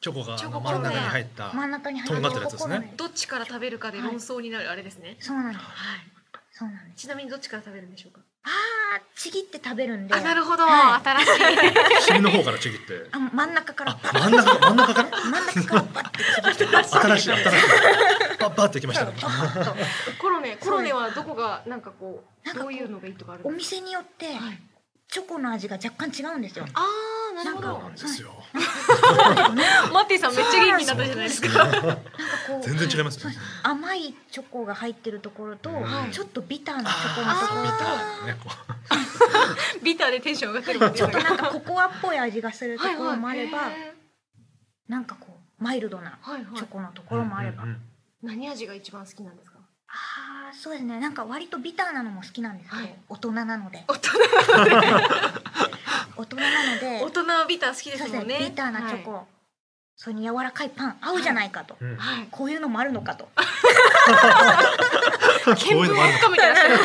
B: チョコが
A: チョ
B: あ
A: コ
B: の
A: コロ
B: 真
A: ネ
B: ん中に入った、
C: 真ん中に入
B: とんがってるやつですね
C: チョココロネ
A: どっちから食べるかで論争になるあれですね。
C: そうなんです
A: はい。
C: そうなんです
A: ちなみにどっちから食べるんでしょうか。
C: あーちぎって食べるんで
A: あ、なるほど。
C: はい
A: 新しい。
B: 尻の方からちぎって
C: あ真ん中から
B: あ真ん中真ん中から
C: 真ん中からバッて ちぎっ
B: 新
C: て
B: しい新しいバッバッてきましたね
C: そうパパッと
A: コロネ、コロネはどこが、なんかこ
C: なん
A: う、
C: か
A: ど
C: こう
A: ういうのがいいとかあるん
C: お
A: です
C: 店によって
A: か。はい。
C: チョコの味が若干違うんですよ
A: ああ、なるほ
B: そう
A: ど
B: な。んですよ
A: マッティさんめっちゃ元気になったじゃないですか。
C: なんかこう
B: 全然違います
C: そう
B: よ
C: で
B: ね
C: す甘いチョコが入ってるところと、
B: はい
C: ちょっとビターなチョコのところ
B: あー
C: と
B: 見たねこう
A: ビターでテンション上がって るっていうのが。
C: なんかココアっぽい味がすると
A: はい
C: ころ
A: はい。
C: もあれば、
A: へ
C: なんかこうマイルドな
A: ーはいは
C: チョ
A: い。
C: コのところもあれば、
B: うんうんうん
A: 何味が一番好きなんですか。
C: ああそうですねなんか割とビターなのも好きなんですけど、
A: はい
C: 大人なので
A: 大人、
C: 大人なので
A: 大人はビター好きで
C: そう
A: す
C: で
A: も
C: す
A: ん
C: ね
A: ね。
C: ビターなチョコ、
A: はい。
C: それに柔らかいパン合うじゃないかと、
B: うん
A: はい。
C: こういうのもあるのかと
B: こういうのもある
A: かめてらっしゃる。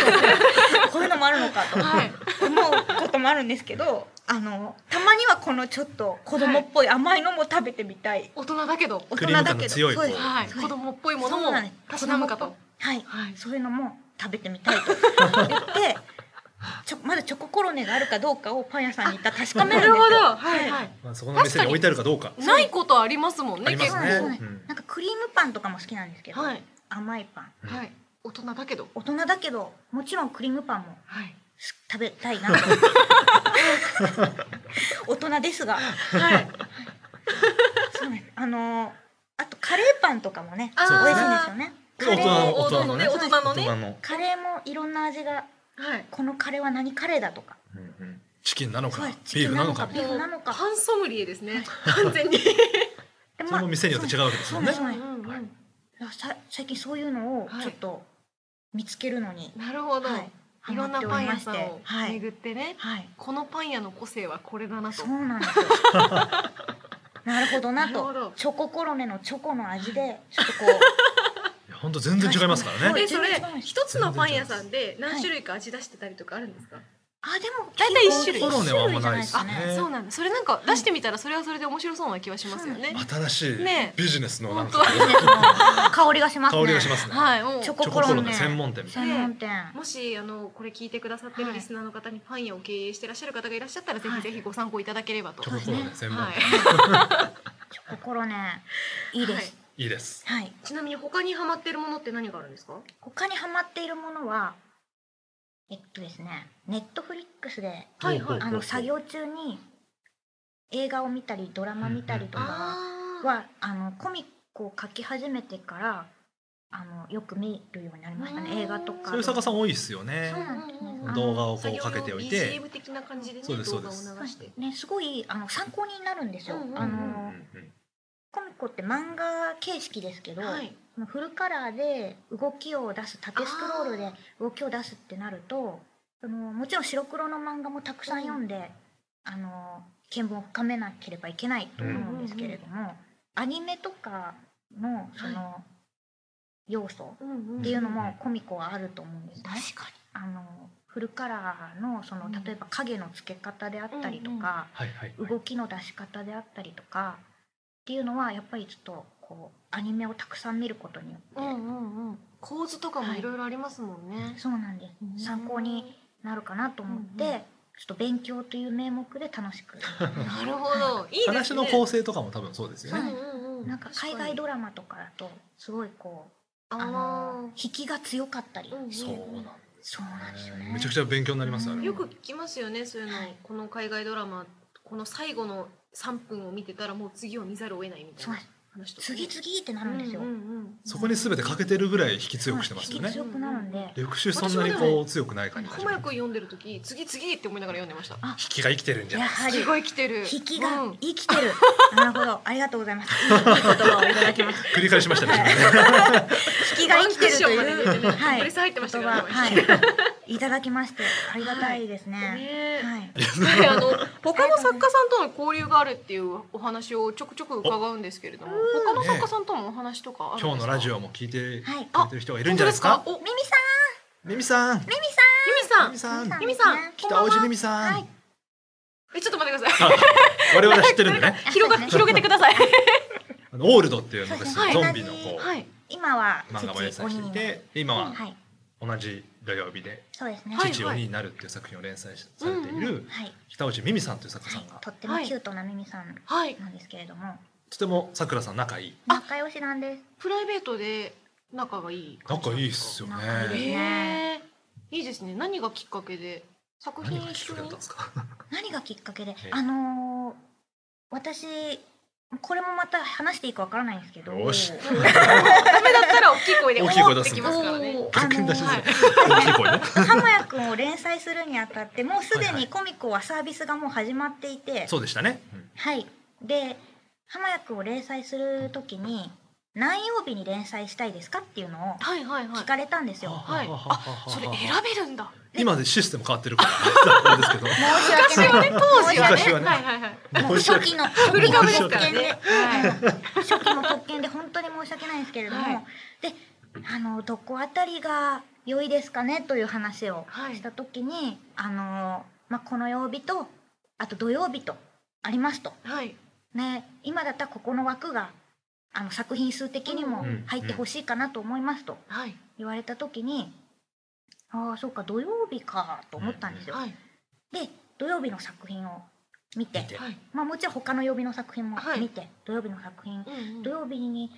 C: こういうのもあるのか
A: はい。
C: と思うこともあるんですけどあのたまにはこのちょっと子供っぽい甘いのも食べてみたい、
A: 大人だけど。
C: 大
B: ク
C: 人
B: リーム
C: だ
B: 感
C: け
B: の
C: ど
B: 強い
C: そうです
B: こう
A: はい。子供っぽいもの
C: そう
A: も
C: なんです。
A: たしなむか
C: 子
A: と
C: 供。はい
A: はい。
C: そういうのも食べてみたいと言ってちょまだチョココロネがあるかどうかをパン屋さんに行ったら確かめるん
A: な
C: です
A: る
C: よ
A: ほど。はいは。
C: はい
B: まあそこの店に置いてあるかどうか
A: ないことありますもんね。
B: ありますね
A: 結
C: そう
A: 構
C: です
B: うん
C: なんかクリームパンとかも好きなんですけど、
A: はい。
C: 甘いパン
B: うん
A: はい。大人だけど。
C: 大人だけどもちろんクリームパンも
A: はい。
C: す食べたい なと大人ですが
A: はい。
C: そうですあのーあとカレーパンとかもね
A: あ
B: ー
C: 美味しい
B: 大
C: んですよねカレ
B: 人の
C: ー
A: 大人のね。大
C: 大人
A: 人の
B: 大人
A: ね。
B: の
C: カレーもいろんな味が
A: はい。
C: このカレーは何カレーだとか
B: うんうんチキンなのか
C: そうですチ
B: ビ
C: キ
B: ーフ
C: ン
B: なのか
C: ビーフなのか
A: 半ソムリエですね。完全に。
C: で
B: その店によって違うわけです
C: そ
B: も
C: うんで
B: ね
C: すね
A: うんうんうん
C: いやさ最近そういうのを
A: はい
C: ちょっと見つけるのに、
A: なるほど。
C: はい
A: いろんなパン屋さん
C: ハマってお
A: を
C: りましてはい、
A: 巡ってね。
C: はい、
A: このパン屋の個性はこれだなと
C: そう。なんで すよなるほどな
A: なる
C: と
A: ほど
C: チョココロネのチョコの味でちょっとこ
B: いや本当全然違いますから
C: は
B: ね
C: い
A: えそれ
C: 全然違います
A: 一つのパン屋さんで何種類か味出してたり とかあるんですか。
C: うあでも
A: 大体一種類
C: 基本
B: コロネはあんまないです
C: 一種類じゃ
B: ね
C: ない
B: へー
A: そうなんだ。それなんか出してみたらそれはそれで面白そうな気はしますよね。
B: 新しい
A: ね
B: ビジネスのなんか
A: 本
C: ですねその香りがします
B: 香
C: ね
B: りがしますね
A: はい。もう
B: チ
C: チョ
B: ョコ
C: コ
B: コ
C: コ
B: ロ
C: ロ
B: ネ
C: ネ
B: 専門店みたい
C: 専門店
A: もしあのこれ聞いてくださってるリスナーの方にパン屋を経営してらっしゃる方がいらっしゃったら、ぜ
C: は
A: ひ
C: い
A: ぜひご参考いただければと。
B: なチ
A: は
B: ョココ
A: い。
B: ロネ専門店
C: チョココロネいいです
B: いいです
C: はい、
A: ちなみに他にハマってるものって何があるんですか。
C: 他にハマっているものはえっとですねネットフリックスで
A: はいはい
C: あの作業中に映画を見たりドラマ見たりとか
A: あー
C: はあのコミックを書き始めてからあのよく見るようになりましたね
A: うん
C: 映画とか
B: そういう作家さん多いですよね
C: そうなんですね
A: うん
C: あの
B: 動画をこうかけておいて
A: 作業用 BGM 的な感じでね
B: そうですそ
A: 動
B: う
A: 画
B: で
A: を流
B: す
A: して。
C: ねすごいあの参考になるんですよ、
A: うんうんうん
C: あ
B: うん
C: の
B: うん
C: コミックって漫画形式ですけど、
A: はい。
C: フルカラーで動きを出す縦スクロールで動きを出すってなるとあのもちろん白黒の漫画もたくさん読んで、あの見聞を深めなければいけないと思うんですけれども、アニメとかのその、要素
A: うんうん
C: っていうのもコミコはあると思うんですね。あのフルカラーのその例えば影の付け方であったりと
A: うんうん
C: か、
B: はいはいはい
C: 動きの出し方であったりとかっていうのはやっぱりちょっとこうアニメをたくさん見ることによって、
A: うんうんうん。構図とかもいろいろありますもんね。
C: そうなんです、
A: うん
C: 参考に。なるかなと思って、
A: うんうん
C: ちょっと勉強という名目で楽しく
A: なるほど。いいですね。
B: 話の構成とかも多分そうですよ
C: そう
B: ね
A: うんうん うん
C: なんか海外ドラマとかだとすごいこうあの引きが強かったり、
A: うん
B: そうなん
C: そうなんですよね
B: めちゃくちゃ勉強になりますあ
C: う
B: れ
C: ん
B: は
A: よく聞きますよねそういうの、
C: はい
A: この海外ドラマこの最後の3分を見てたらもう次を見ざるを得ないみたい
C: そう
A: な
C: です
E: あの人
C: 次々ってなるんですよ、
A: うんうん
B: そこに全て欠けてるぐらい引き強くしてますよ
C: 引
B: ね
C: き強くなるんで、
B: 緑州そんなにこう強くない感
A: うん、
B: じ
A: 浜谷君読んでる時次々って思いながら読んでました
C: あ
B: 引きが生きてるんじゃな
C: や
B: い
C: はり
A: すごい来てる
C: 引きが
A: うん
C: 生きてる、なるほどありがとうございますいい言葉をいただきました
B: 繰り返しましたね
C: はい
B: 自分で
C: 引きが生きてると
A: ワンクッションまで入れ
C: いう、
A: てね
C: はい
A: プレス入ってました
C: 言
A: け
C: 葉
A: ど
C: はいいただきましてありがたいですね、
A: ね
C: はい
A: はい、あの他の作家さんとの交流があるっていうお話をちょくちょく伺うんですけれども、他の作家さんともお話とかあるん
B: 今
A: で
B: 日
A: すか。
B: のラジオも聞いてく
C: はい
B: れてる人がいるんじゃないですか
A: 本当ですか
C: ミミさ
B: ミミさんミ
A: お、ゆみ
B: ミ
A: さ
B: さん
C: ん
A: ゆみさんこんばん
B: 北
A: は
B: 大路ミミさ
C: は
B: ん
C: い
A: ん、えちょっと待ってください。
B: あ我々は知ってるんでね
A: 広が広げてください。
B: あのオールドっていう昔
C: はい
B: ゾンビのこう
A: はい。
C: 今は
B: 漫画も連
C: 父
B: 載してい
C: 鬼
B: て
C: で
B: で今は
C: はい
B: 同じ土曜日で
C: そうです
B: 「
C: ね
A: はい
B: 父鬼になる」っていう作品を連載されている
C: はい、
B: 北内美美さんという作家さ
C: はい
B: んが、
C: とってもキュートなミミさん
A: はい。
C: なんですけれども、
B: とてもさくらさん仲いい
A: あ
C: 仲良しなんです
A: プライベートで仲がいい感
B: 仲
A: じなん
B: いいっ
A: です
B: すよ
C: 仲いい
B: ね
C: です
A: ね。えー、いいですね。何がきっかけで作品
B: 何がきっ
A: 一
B: かけ
A: 緒
B: だっ
A: に
B: たんですか
C: 何がきっかけで
B: ええ
C: あのー、私これもまた話していいかわからないんですけど
B: よし
A: ダメだったら大きい声で
B: 大きい声
A: おーっ
B: 出
A: て
B: す
A: き
B: ん
A: ま
B: だ
A: すからね。
C: おー
B: 逆に出しづ
A: は
B: ら
A: い
B: い。大きい声ね
C: 浜谷くんを連載するにあたってもうすで
B: はいはい
C: にコミコはサービスがもう始まっていて
B: そうでしたね、うん
C: はいで浜谷くんを連載するときに何曜日に連載したいですかっていうのを
A: はいはいは
C: 聞
A: い。
C: かれたんですよ、
A: はい
B: ははははは
A: それ選べるんだ。
B: 今でシステム変わってるからあれですけど
A: 昔 はね、 当時はね。
B: 昔はね
A: はいはいはい。
C: もう初期の初
A: 振
C: 期
A: り
C: の
A: 株です
C: 特
A: から
C: 権で、
A: ね。
C: はい
A: は
C: 初期の特権で本当に申し訳ないんですけれども、
A: はい
C: であのどこあたりが良いですかねという話を
A: はい
C: した時に、あのまあ、この曜日とあと土曜日とありますと、
A: い。はい。
C: ね、今だったらここの枠があの作品数的にも入ってほしいかなと思いますと
A: はい。
C: 言われた時に、ああそうか土曜日かと思ったんですよ。
A: はい。
C: で土曜日の作品を見て
B: 見て
A: はい。
C: まあ、もちろん他の曜日の作品も
A: はい
C: 見て、土曜日の作品
A: うんうん
C: 土曜日に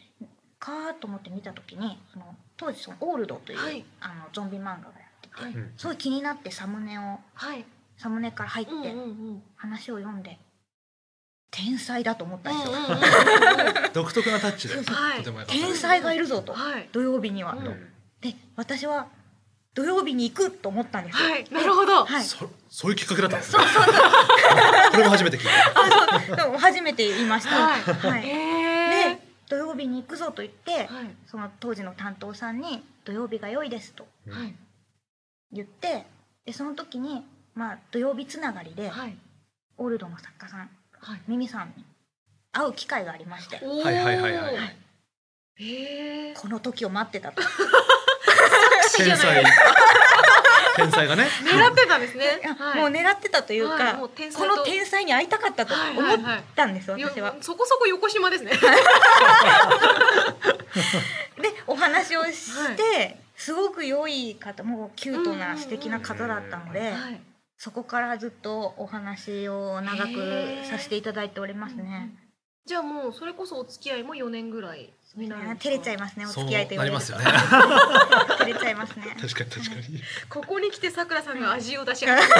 C: かーと思って見た時にその当時その「オールド」という、
A: はい
C: あのゾンビ漫画がやってて
A: はい
B: うん
C: すごい気になってサムネを
A: はい。
C: サムネから入って
A: うんうんうん。
C: 話を読んで天才だと思ったんですよ。
B: 独特なタッチで
C: そう
B: と
C: そう
A: はい
B: ても良かった
C: 天
B: です
C: 才がいるぞと
A: はい。
C: 土曜日には、
A: う
B: うんん
C: で私は土曜日に行くと思ったんですよ。
A: はい。なるほど。
C: はい、
B: そそういうきっかけだったんですねこれも初めて聞いた
C: でも初めて言いました。
A: はい
C: はい、
A: え
C: で土曜日に行くぞと言って
A: ー。はい。
C: その当時の担当さんに「土曜日が良いです」と
B: うん
A: はい。
C: 言ってでその時に、まあ、土曜日つながりで、
A: はい。
C: オールドの作家さん
A: はい。
C: ミミさんに会う機会がありまして
A: おー
B: はいはいはいはいはい。
A: ええ。
C: この時を待ってたとい
A: じ
B: 天
A: ゃない
B: 才天才 がね
A: 狙ってたんですね
C: や。
A: はい
C: もう狙ってたというか、
A: はいもう天才
C: ことの天才に会いたかったと
A: はい
C: 思
A: はい
C: っ
A: はい
C: たんです、私は
A: よ。そこそこ横島ですね。
C: でお話をして、すごく良い方もうキュート
A: うんうんう
C: なん素敵な方だったので、
A: はい
C: そこからずっとお話を長くさせていただいておりますね。
A: じゃあもうそれこそお付き合いも4年ぐらいになるん
C: あ
A: ですか
C: 照れちゃいますねお
B: そう
C: 付き合いと言わ
B: な
C: れ
B: り
C: る
B: ま
C: と
B: すよね
C: 照れちゃいますね。
B: 確かに確かに
A: ここに来てさくらさんが味を出し
C: うん
A: 始め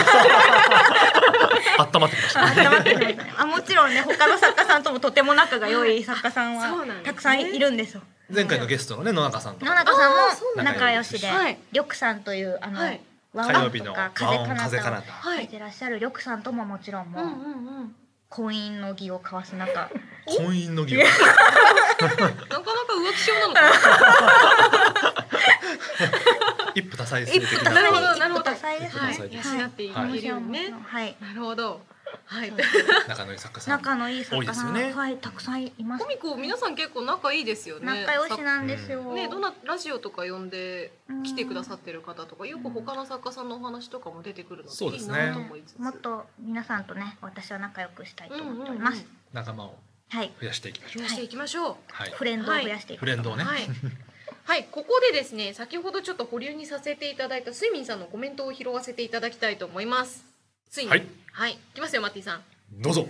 B: 温まってきました
C: あ黙ってくださいあもちろんね他の作家さんともとても仲が良い作家さん
A: そうな
C: は
A: んですね
C: たくさんいるんですよ。
B: 前回のゲストのね野中さんと
C: 野
B: か
C: 中さ
A: あーそ
C: ん
A: う
C: も
B: なんだ
C: 仲良しで、
A: はい
C: りょくさんというあの、
A: はい
C: 和
B: 火曜
C: 音
B: 日
C: と
B: の
C: か
B: 和
C: 風
B: 音風
C: か
B: か
C: な
B: な
C: た
B: た
A: は
C: 書い
A: い
C: てらっしゃるりょくさんとももちろんもう、
A: うんうんうん
C: 婚姻の儀を交わす中
B: 婚姻の儀を
A: なかなか浮気症なのかな
B: 一夫多妻制的
A: 一夫多
B: な
A: 妻るほどなるほど
C: 一夫多妻です
B: は
C: はいい
A: 養ってい
B: はい
A: けるよね
C: はい
A: なるほどはい
B: 仲のいい作家さん
C: 仲のいい作家さん
B: 多いですよね
C: はいたくさんいます
A: コミコ皆さん結構仲いいですよね
C: 仲良しなんですよ、
A: ねどんなラジオとか呼んで来てくださってる方とかよく他の作家さんのお話とかも出てくるの
B: そう
A: で
B: で
A: いい
B: すね
A: なと思いつつ
C: もっと皆さんとね私は仲良くしたいと思っており
A: い
C: ます、
B: 仲間を
C: はい
B: 増やしていきましょう
A: 増やしていきましょう
B: はい
C: フレンドを増やしていく
B: フレンドをね
A: はい。はい、ここでですね、先ほどちょっと保留にさせていただいたスイミンさんのコメントを拾わせていただきたいと思います。ついに、
B: は
A: はいい、い、きますよ、マッティさん。
B: どうぞ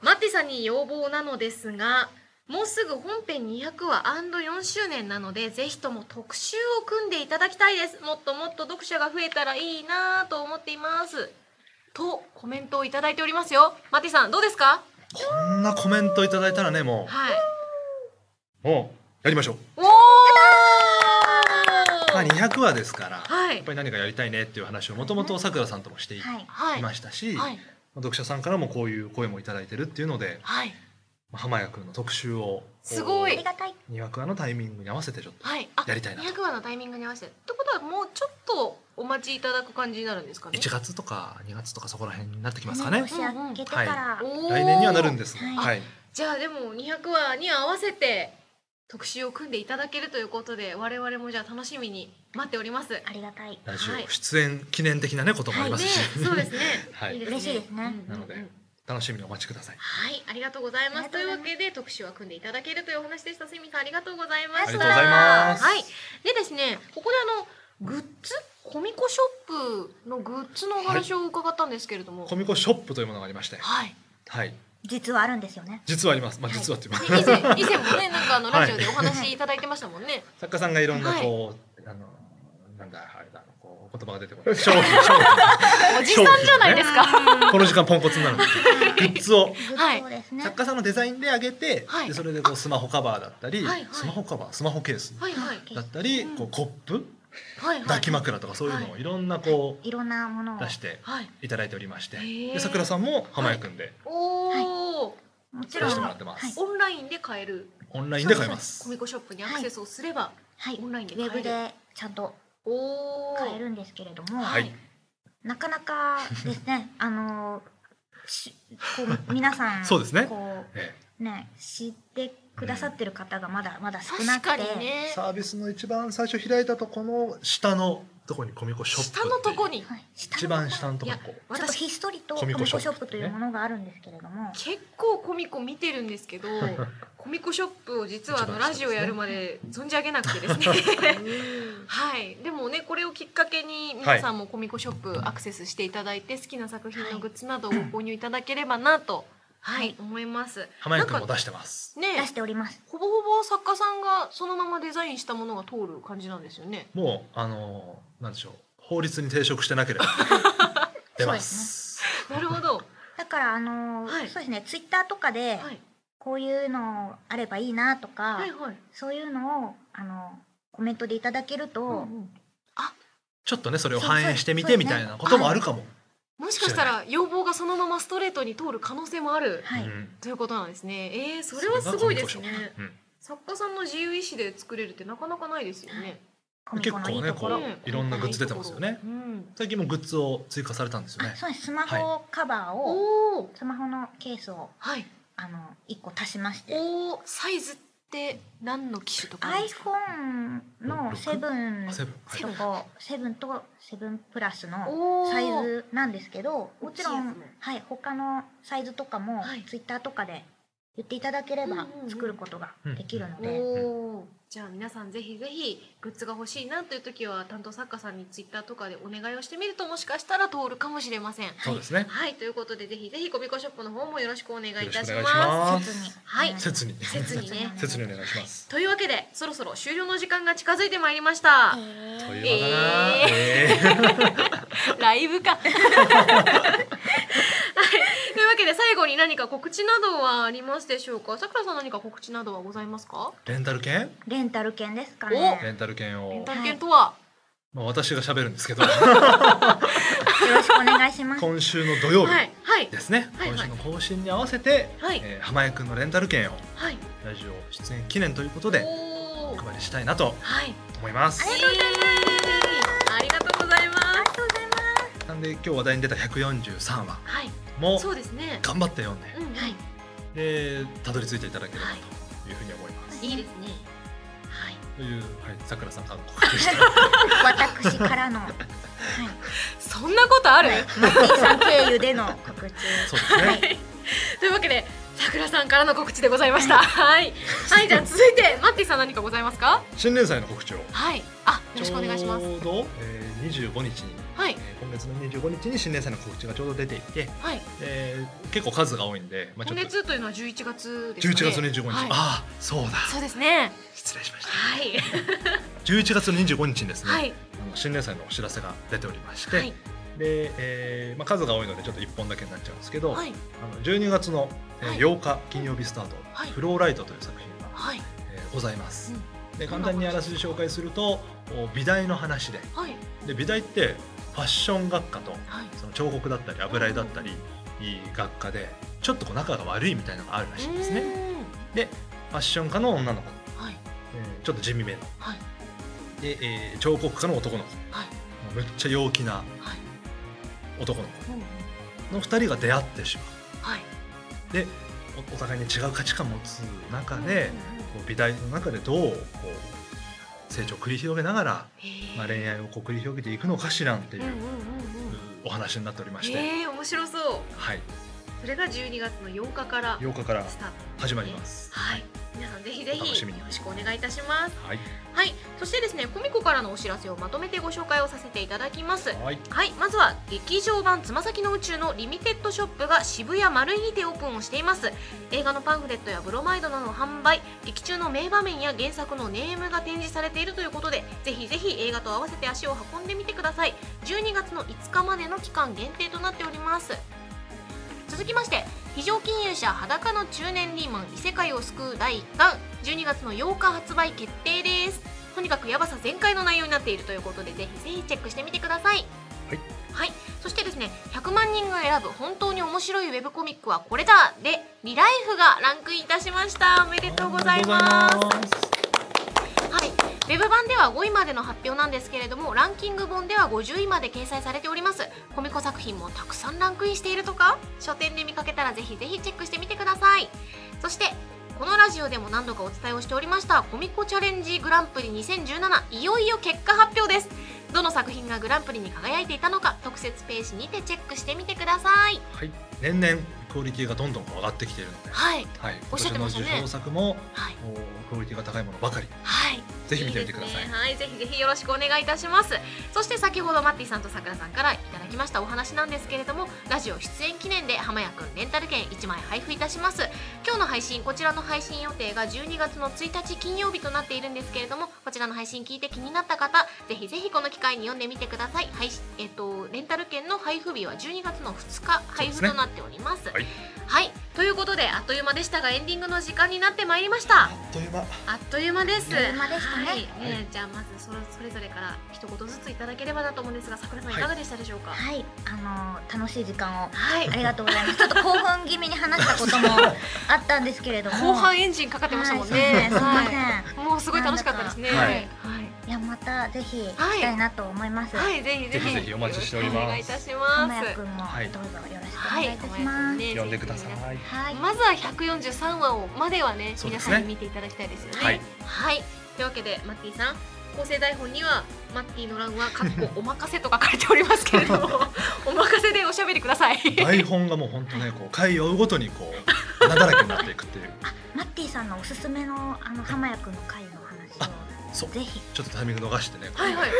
A: マッティさんに要望なのですが、もうすぐ本編200話 &4 周年なので、ぜひとも特集を組んでいただきたいです。もっともっと読者が増えたらいいなぁと思っています。とコメントをいただいておりますよ。マッティさん、どうですか？
B: こんなコメントいただいたらねもう
A: はい。
B: おうやりましょう。
A: お
B: まあ、
A: ー
B: 200話ですから、
A: はい
B: やっぱり何かやりたいねっていう話をもともとさくらさんともしてい
C: はい。
A: はい
B: いましたし、
A: はい
B: 読者さんからもこういう声もいただいてるっていうので
A: はい
B: まあ浜谷君の特集を
A: すご
C: あ
A: い
C: りがたい。
B: 200話のタイミングに合わせてちょっと
A: はいあ
B: やりたいなと
A: 200話のタイミングに合わせてってことはもうちょっとお待ちいただく感じになるんですかね
B: 1月とか2月とかそこら辺になってきますかね
C: 年明けてから。
A: おー
B: 来年にはなるんですが、
C: はい
B: はい、
A: じゃあでも200話に合わせて特集を組んでいただけるということで我々もじゃあ楽しみに待っております
C: ありがたい。
B: 来週
A: はい
B: 出演記念的なねこともありますし、
A: ね、そうですね。
B: はい
A: で
C: 嬉しいですね
A: うん
B: なので
A: うんうん
B: 楽しみにお待ちください
A: はい、ありがとうございま
C: あ
A: す。
C: り
A: と
C: が
A: いう
C: とうご
A: わ
C: ざいます
A: けで特集は組んでいただけるというお話でした。すみさんありがとうございました。
B: ありがとうございます
A: はい、でですね、ここであのグッズコミコショップのグッズのお話を伺ったんですけれども、は
B: コ
A: い、
B: ミコショップというものがありまして、はい、
C: 実はあるんですよね。
B: 実はありますまあ
C: はい
B: 実はっていう、
A: ね以前以前もね、なんかあの
B: はい
A: ラジオでお話いただいてましたもんね。
B: 作家さんがいろんな
A: はい
B: こう、あのなんだあれだこう言葉が出てこない商品商品
A: おじさんじゃないですか。
B: この時間ポンコツになるんですけどグッズを
A: はい
C: そうですね。
B: 作家さんのデザインで上げて、
A: はい
B: でそれでこうスマホカバーだったり、
A: はいはい
B: スマホカバースマホケース
A: はいはい
B: だったり、
A: うん
B: こうコップ
A: はいはい。
B: 抱き枕とかそういうのをいろんなこ
C: いろんなものを
B: う出して
A: はい。
B: いただいておりまして、
A: へー
B: でさくらさんも浜谷くんで
A: おお、
C: もち
B: 出
C: ろん
B: してもらってます、
C: はい
A: オンラインで買える。
B: オンラインで買えま
A: コ
B: す
A: ミコショップにアクセスをすれば、
C: はい
A: オ
C: ウ
A: ンラインで買え
C: ェ
A: る
C: ブでちゃんと
A: おお。
C: 買えるんですけれども、
B: はい
C: なかなかですね あのしこう皆さ ん
B: そうですね
C: こ
B: え
C: うね知ってくださってる方がまだまだ少
A: 確
C: なく
A: か
C: て
A: に
B: え
A: ね。
B: サービスの一番最初開いたとこの下のとこにコミコショップ
A: 下のとこに
C: はい、下
B: 一番下のとこにこう
C: ちょっと
A: 私
C: ひっそりと
B: コ
C: コ
B: ミ
C: ミ
B: コ
C: コ
B: シ
C: シ
B: ョ
C: ョ
B: ッ
C: ッ
B: プ
C: プ
B: と
C: と
B: い
C: いうう
B: も
C: ものがあるんですけれども、
A: 結構コミコ見てるんですけどコミコショップを実はあの
B: 一番下で
A: ラ
B: すね
A: ジオやるまで存じ上げなく てですねはいでもねこれをきっかけに皆さんもコミコショップアクセスしていただいて好きな作品のグッズなどをご購入いただければなとはい、
C: はい
A: 思います
B: 浜谷くんも
A: なんか
B: 出してます
A: ね
C: 出しております。
A: ほぼほぼ作家さんがそのままデザインしたものが通る感じなんですよね
B: もうあのーなんでしょう法律に抵触してなければ出ます
A: なるほどは
C: だからあの、
A: はい
C: そうですね、ツイッターとかで
A: い
C: こういうのあればいいなとか、
A: はいはい
C: そういうのをあのコメントでいただけると、
A: うんうん
B: ちょっとねそれを反映してみ
C: そ
B: て
C: うそう
B: みたいなこともあるかも、
A: もしかしたら要望がそのままストレートに通る可能性もある
C: はい、
B: うん
A: ということなんですね。えー、それはすごいです
B: そ。
A: ね
B: れがコミコショップうん
A: 作家さんの自由意志で作れるってなかなかないですよね。
C: コミコのいいとこ
B: う
C: ろ、
B: んいろんなグッズ出てますよね
A: うん、
B: 最近もグッズを追加されたんですよね
C: あ。そうですスマホカバー
A: お
C: を、
A: お、
C: スマホのケースを
A: はい。
C: あの一個足しまして
A: おお、サイズって何の機種とかあるんですか。
C: iPhone のセブン
B: あセブン、はい
C: とかセブンとセブンプラスの
A: おー
C: サイズなんですけどもちろ
A: 大き
C: ん
A: いやつね
C: はい他のサイズとかも
A: はい
C: ツイッターとかで言っていただけれ
A: うん
C: ば
A: うんうん
C: 作ることができるの
A: お
C: で
A: お。じゃあ皆さんぜひぜひグッズが欲しいなという時は担当作家さんにツイッターとかでお願いをしてみるともしかしたら通るかもしれません。
B: そうですね。
A: はい、ということでぜひぜひコミコショップの方もよろしくお願いいたし
B: よろ
A: ま
B: し
A: す
B: くお願いしま。
C: 切に
A: はい
B: 切に。
A: 切にね
B: 切にお願いします。
A: というわけでそろそろ終了の時間が近づいてまいりました。
B: と
C: え
B: いうわけだな。え
A: ラ イブか。はい。というわけで最後に何か告知などはありますでしょうか。さくらさん何か告知などはございますか。
B: ーレンタル券？
C: ーレンタル券ですか
B: レン
C: ね
B: タル券
A: レン
B: を
A: タ。ル券とは、
B: まあ私が喋るんですけど、
C: よろしくお願いします
B: 今週の土曜
A: は
B: 日
A: い、はい、はい、
B: ですね。
A: はいはい
B: 今週の更新に合わせて、
A: はい
B: えー浜江くんのレンタル券をラジオ出演記念ということで
A: お
B: お
A: お、
B: 配りしたいなと
A: はい。
B: 思います。
A: ありがとうございます。ありがとうございます。
B: なんで今日話題に出た143話
A: はい、
B: も
A: そうですね。
B: 頑張って読んで
A: うん、はい、
B: でたどり着いていただければというふうに思います。
A: いいですね。はい。
B: というはいさくらさんからの告知でした。
C: 私からのはい
A: そんなことある。
C: マッキーさん経由での告知
B: そうですね。
A: というわけで、さくらさんからの告知でございました。はい。はい、じゃあ続いて、マッティさん何かございますか。
B: 新連載の告知を。
A: はい。あ、よろしくお願いします
B: ち。ょうど、えー、25日に、
A: はい
B: えー今月の25日に新連載の告知がちょうど出ていて、
A: はい。
B: えー結構数が多いんで、まあ、ちょ
A: 今
B: っと
A: 月というのは11月です
B: 11
A: ね。
B: 月の25日、
A: はい
B: ああそうだ
A: そうですね。
B: 失礼しました
A: はい。
B: 11月の25日にですね、
A: はい。
B: あの新連載のお知らせが出ておりまして、
A: はい。
B: で、えーまあ、数が多いのでちょっと1本だけになっちゃうんですけど、
A: はい。
B: あの12月の、えー
A: はい
B: 8日金曜日スタート、
A: はい
B: フローライトという作品が、
A: はい。
B: えーございます。で
A: どん
B: 簡
A: な
B: 単にあらすじ紹介するとお美大の話で
A: はい
B: で美大ってファッション学科と
A: はい
B: その彫刻だったり油絵だったりいい学科でちょっとこう仲が悪いみたいなのがあるらしいんですね。でファッション科の女の子、
A: はい
B: えーちょっと地味めの、
A: はい
B: で、えー彫刻家の男の子、
A: はい
B: めっちゃ陽気な
A: はい
B: 男の
A: うんうん
B: 子の2人が出会ってしま
A: はい。
B: うでおお互いに違う価値観を持つ中で、こう美大の中でどうこう成長を繰り広げながら、まあ、恋愛をこう繰り広げていくのかしらんっていう、
A: うんうんうんうん。
B: お話になっておりまして、
A: ええ面白そう。
B: はい、
A: それが12月の8日から
B: 8日から
A: スタート。
B: 始まります。
A: はい。皆さんぜひぜ
B: お楽
A: ひ
B: し
A: よ
B: みに
A: ろしくお願いいたします。
B: はい、
A: はい。そしてですね、コミコからのお知らせをまとめてご紹介をさせていただきます。
B: はい、
A: はい、まずは劇場版つま先の宇宙のリミテッドショップが渋谷丸井にてオープンをしています映画のパンフレットやブロマイドなどの販売劇中の名場面や原作のネームが展示されているということでぜひぜひ映画と合わせて足を運んでみてください12月の5日までの期間限定となっております続きまして非常勤融者裸の中年リーマン異世界を救う第1巻12月の8日発売決定ですとにかくヤバさ全開の内容になっているということでぜひぜひチェックしてみてくださいはい、そしてですね100万人が選ぶ本当に面白いウェブコミックはこれだでリライフがランクインいたしましたおめでとうございます
B: ありがとうございます
A: はい、ウェブ版では5位までの発表なんですけれどもランキング本では50位まで掲載されておりますコミコ作品もたくさんランクインしているとか書店で見かけたらぜひぜひチェックしてみてくださいそしてこのラジオでも何度かお伝えをしておりましたコミコチャレンジグランプリ2017いよいよ結果発表ですどの作品がグランプリに輝いていたのか特設ページにてチェックしてみてください
B: はい、年々クオリティがどんどん上がってきているので、
A: はい
B: はい、
A: お
B: 今
A: っしゃ
B: 年
A: って
B: の
A: ました
B: 受
A: ね
B: 賞作も
A: はい
B: おクオリティが高いものばかり、
A: はい
B: ぜひ見てみてください。
A: いいですねはい、ぜひぜひよろしくお願いいたします。そして先ほどマッティさんとさくらさんからいただきましたお話なんですけれども、ラジオ出演記念で浜谷くんレンタル券1枚配布いたします。今日の配信こちらの配信予定が12月の1日金曜日となっているんですけれども、こちらの配信聞いて気になった方、ぜひぜひこの機会に読んでみてください。配信えっとレンタル券の配布日は12月の2日配布となっております。
B: はい
A: はい、ということであっという間でしたがエンディングの時間になってまいりました。
B: あっという間。
A: あっという間です。
C: あっという間でしたね
A: はい、ねえ、
B: はい
A: じゃあまずそれそれぞれから一言ずついただければなと思うんですが、桜さんい
B: はい
A: かがでしたでしょうか。
C: はい、あの楽しい時間を
A: はい。
C: ありがとうございます。ちょっと興奮気味に話したこともあったんですけれども、
A: 後半エンジンかかってましたもん
C: はい
A: ね。
C: すみません。
A: はいもうすごい楽しかったですね。
B: はい
A: はい。
C: いやまたぜひ行きたいなと思います。
A: はい、ぜひぜ
B: ぜ
A: ひ。
B: ひぜひお待ちしております
A: よろくお願いいたし
C: 浜
A: ま
C: 谷
A: す
C: く。んも
B: はい
C: どうぞよろしくお
A: は
C: 願
A: い
C: いいたします。
A: ね
B: 読んでください。はい、
C: はい、
A: まずは143話をまではね
B: そうで
A: 皆
B: す
A: さ
B: ね
A: んに見ていただきたいですよね。
B: はい
A: はいというわけでマッティさん構成台本にはマッティの欄は「かっこお任せ」と書かれておりますけれ どもお任せでおしゃべりください。
B: 台本がもう本 当ね、こう回を追うごとにこうなだらけになっていくっていう。
C: マッティさんのおすすめのあの浜谷くんの回の話
B: そう
C: を、ぜ ひ
B: ちょっとタイミング逃してね。こう
A: はいはい。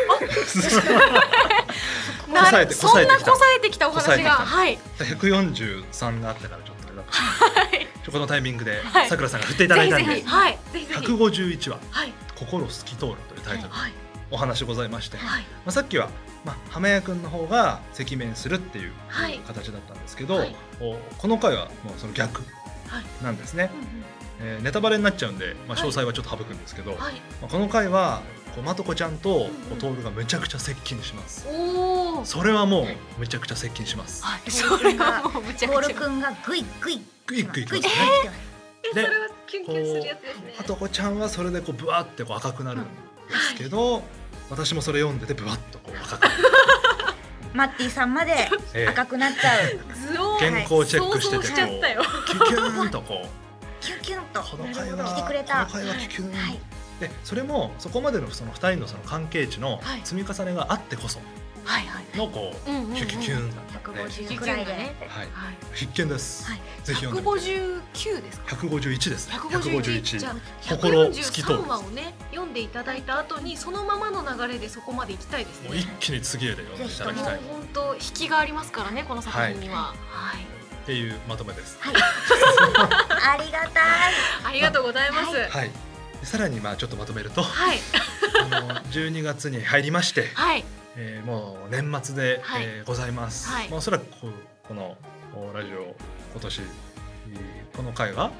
A: あ、
B: こさえてこ
A: そ
B: さ
A: ん
B: えて
A: な
B: きた
A: こさえてきたお
B: こさえ
A: 話
B: てき
A: が、
B: た
A: はい。
B: 143があったからちょっとあれだった。
A: い
B: ちょこのタイミングで
A: はい
B: さくらさんが振っていただいた
A: ぜ
B: ん
A: ひぜ
B: で
A: ひ、、はい、ぜひぜひ。
B: 151話
A: はい、
B: 心透き通るというタイトルの
A: はい、
B: お話ございまして、ま
A: はい、
B: あさっきはまあ浜谷くんの方が赤面するっていう
A: はい
B: 形だったんですけど
A: はい、
B: おこの回はもうその逆
A: はい
B: なんですね
A: う。ん
B: えーネタバレになっちゃうんで、まあ、
A: は
B: 詳
A: い
B: 細はちょっと省くんですけど、
A: うんはい。
B: まあこの回はこうまとこちゃんと
A: うん
B: トールがめちゃくちゃ接近します、
A: おお。
B: それはもうめちゃくちゃ接近します、
A: はい、それはもうむちゃ
C: ボ
A: く
C: ー
A: ち
C: ル
A: ゃ。
C: くんがグイグイ
B: グイグイ
C: グイ
B: 来ますね
C: 来
A: えそ
C: てます
B: で
A: れはキュンキュンするやつですね。
B: まとこちゃんはそれでこうブワーってこう赤くなるんですけど、私もそれ読んでてブワッとこう赤くなる、
C: マッティさんまで
B: えー
C: 赤くなっちゃう。
A: 図を
B: 原稿チェックしてて
A: 想像しちゃったよ。
B: キュキューン とこう
C: キュンキュンと
B: この回は
C: 来てくれ
B: こ
C: た。
B: の回はキュキューン、
C: はい
B: でそれもそこまでのその2人のその関係値の
A: はい
B: 積み重ねがあってこそ
A: はいはい。
B: のこう、
A: うんうんうん
B: キュキュキューンだったので、
C: 150
A: 150
C: くらいで
A: ね。
B: はい、
A: はい。
B: 必見です、
C: はい
B: ぜひ読んでみて
A: 159ですか。
B: 151です。
A: 151じゃあ
B: 心透き通る
A: 143話をね読んでいただいた後にそのままの流れでそこまで行きたいですね
B: もう一気に次へで読んでいただき
A: も
B: たいう
A: 本当引きがありますからねこの作品には、はい
B: っていうまとめです。
C: はい。ありがたい。
A: ありがとうございます
C: は
B: はい。でさらにまあちょっとまとめる と、
A: はい
B: あの12月に入りまして、
A: はい
B: えーもう年末で、
A: はい
B: えーございます。
A: はい
B: まあおそらくこうこのおラジオ今年えーこの回は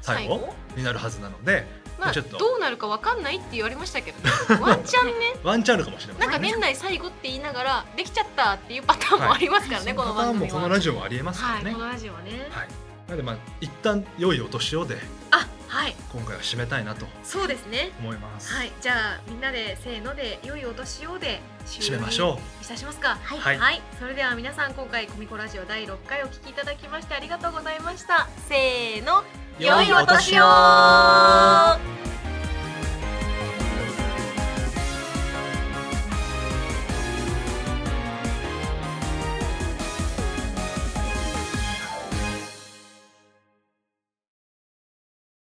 B: 最後
A: 最後
B: になるはずなので、
A: まあ
B: ち
A: ど
B: ょっと
A: うなるかわかんないって言われまし たけど、ね、ワンチャンね
B: ワンチャンあるかもしれませ
A: なん
B: ん
A: か
B: ね
A: 年内最後って言いながらできちゃったっていうパターンも
B: はい
A: ありますからね、この
B: パター
A: 番
B: ンも
A: 組
B: こ
A: は。
B: のラジオもありえますか
A: は
B: ら
A: い、
B: ね
A: このラジオはね。
B: はい、なのでまあ一旦良いお年をで
A: あ、はい、
B: 今回は締めたいなと
A: そうですね。
B: 思います
A: はい、じゃあみんなでせーので良いお年をで終
B: 締
A: 了
B: めまし
A: う。
B: ょ
A: いたしますか。
C: はいい、
B: はい、
A: はい、それでは皆さん今回コミコラジオ第6回お聞きいただきましてありがとうございました。せーの、良いお年を。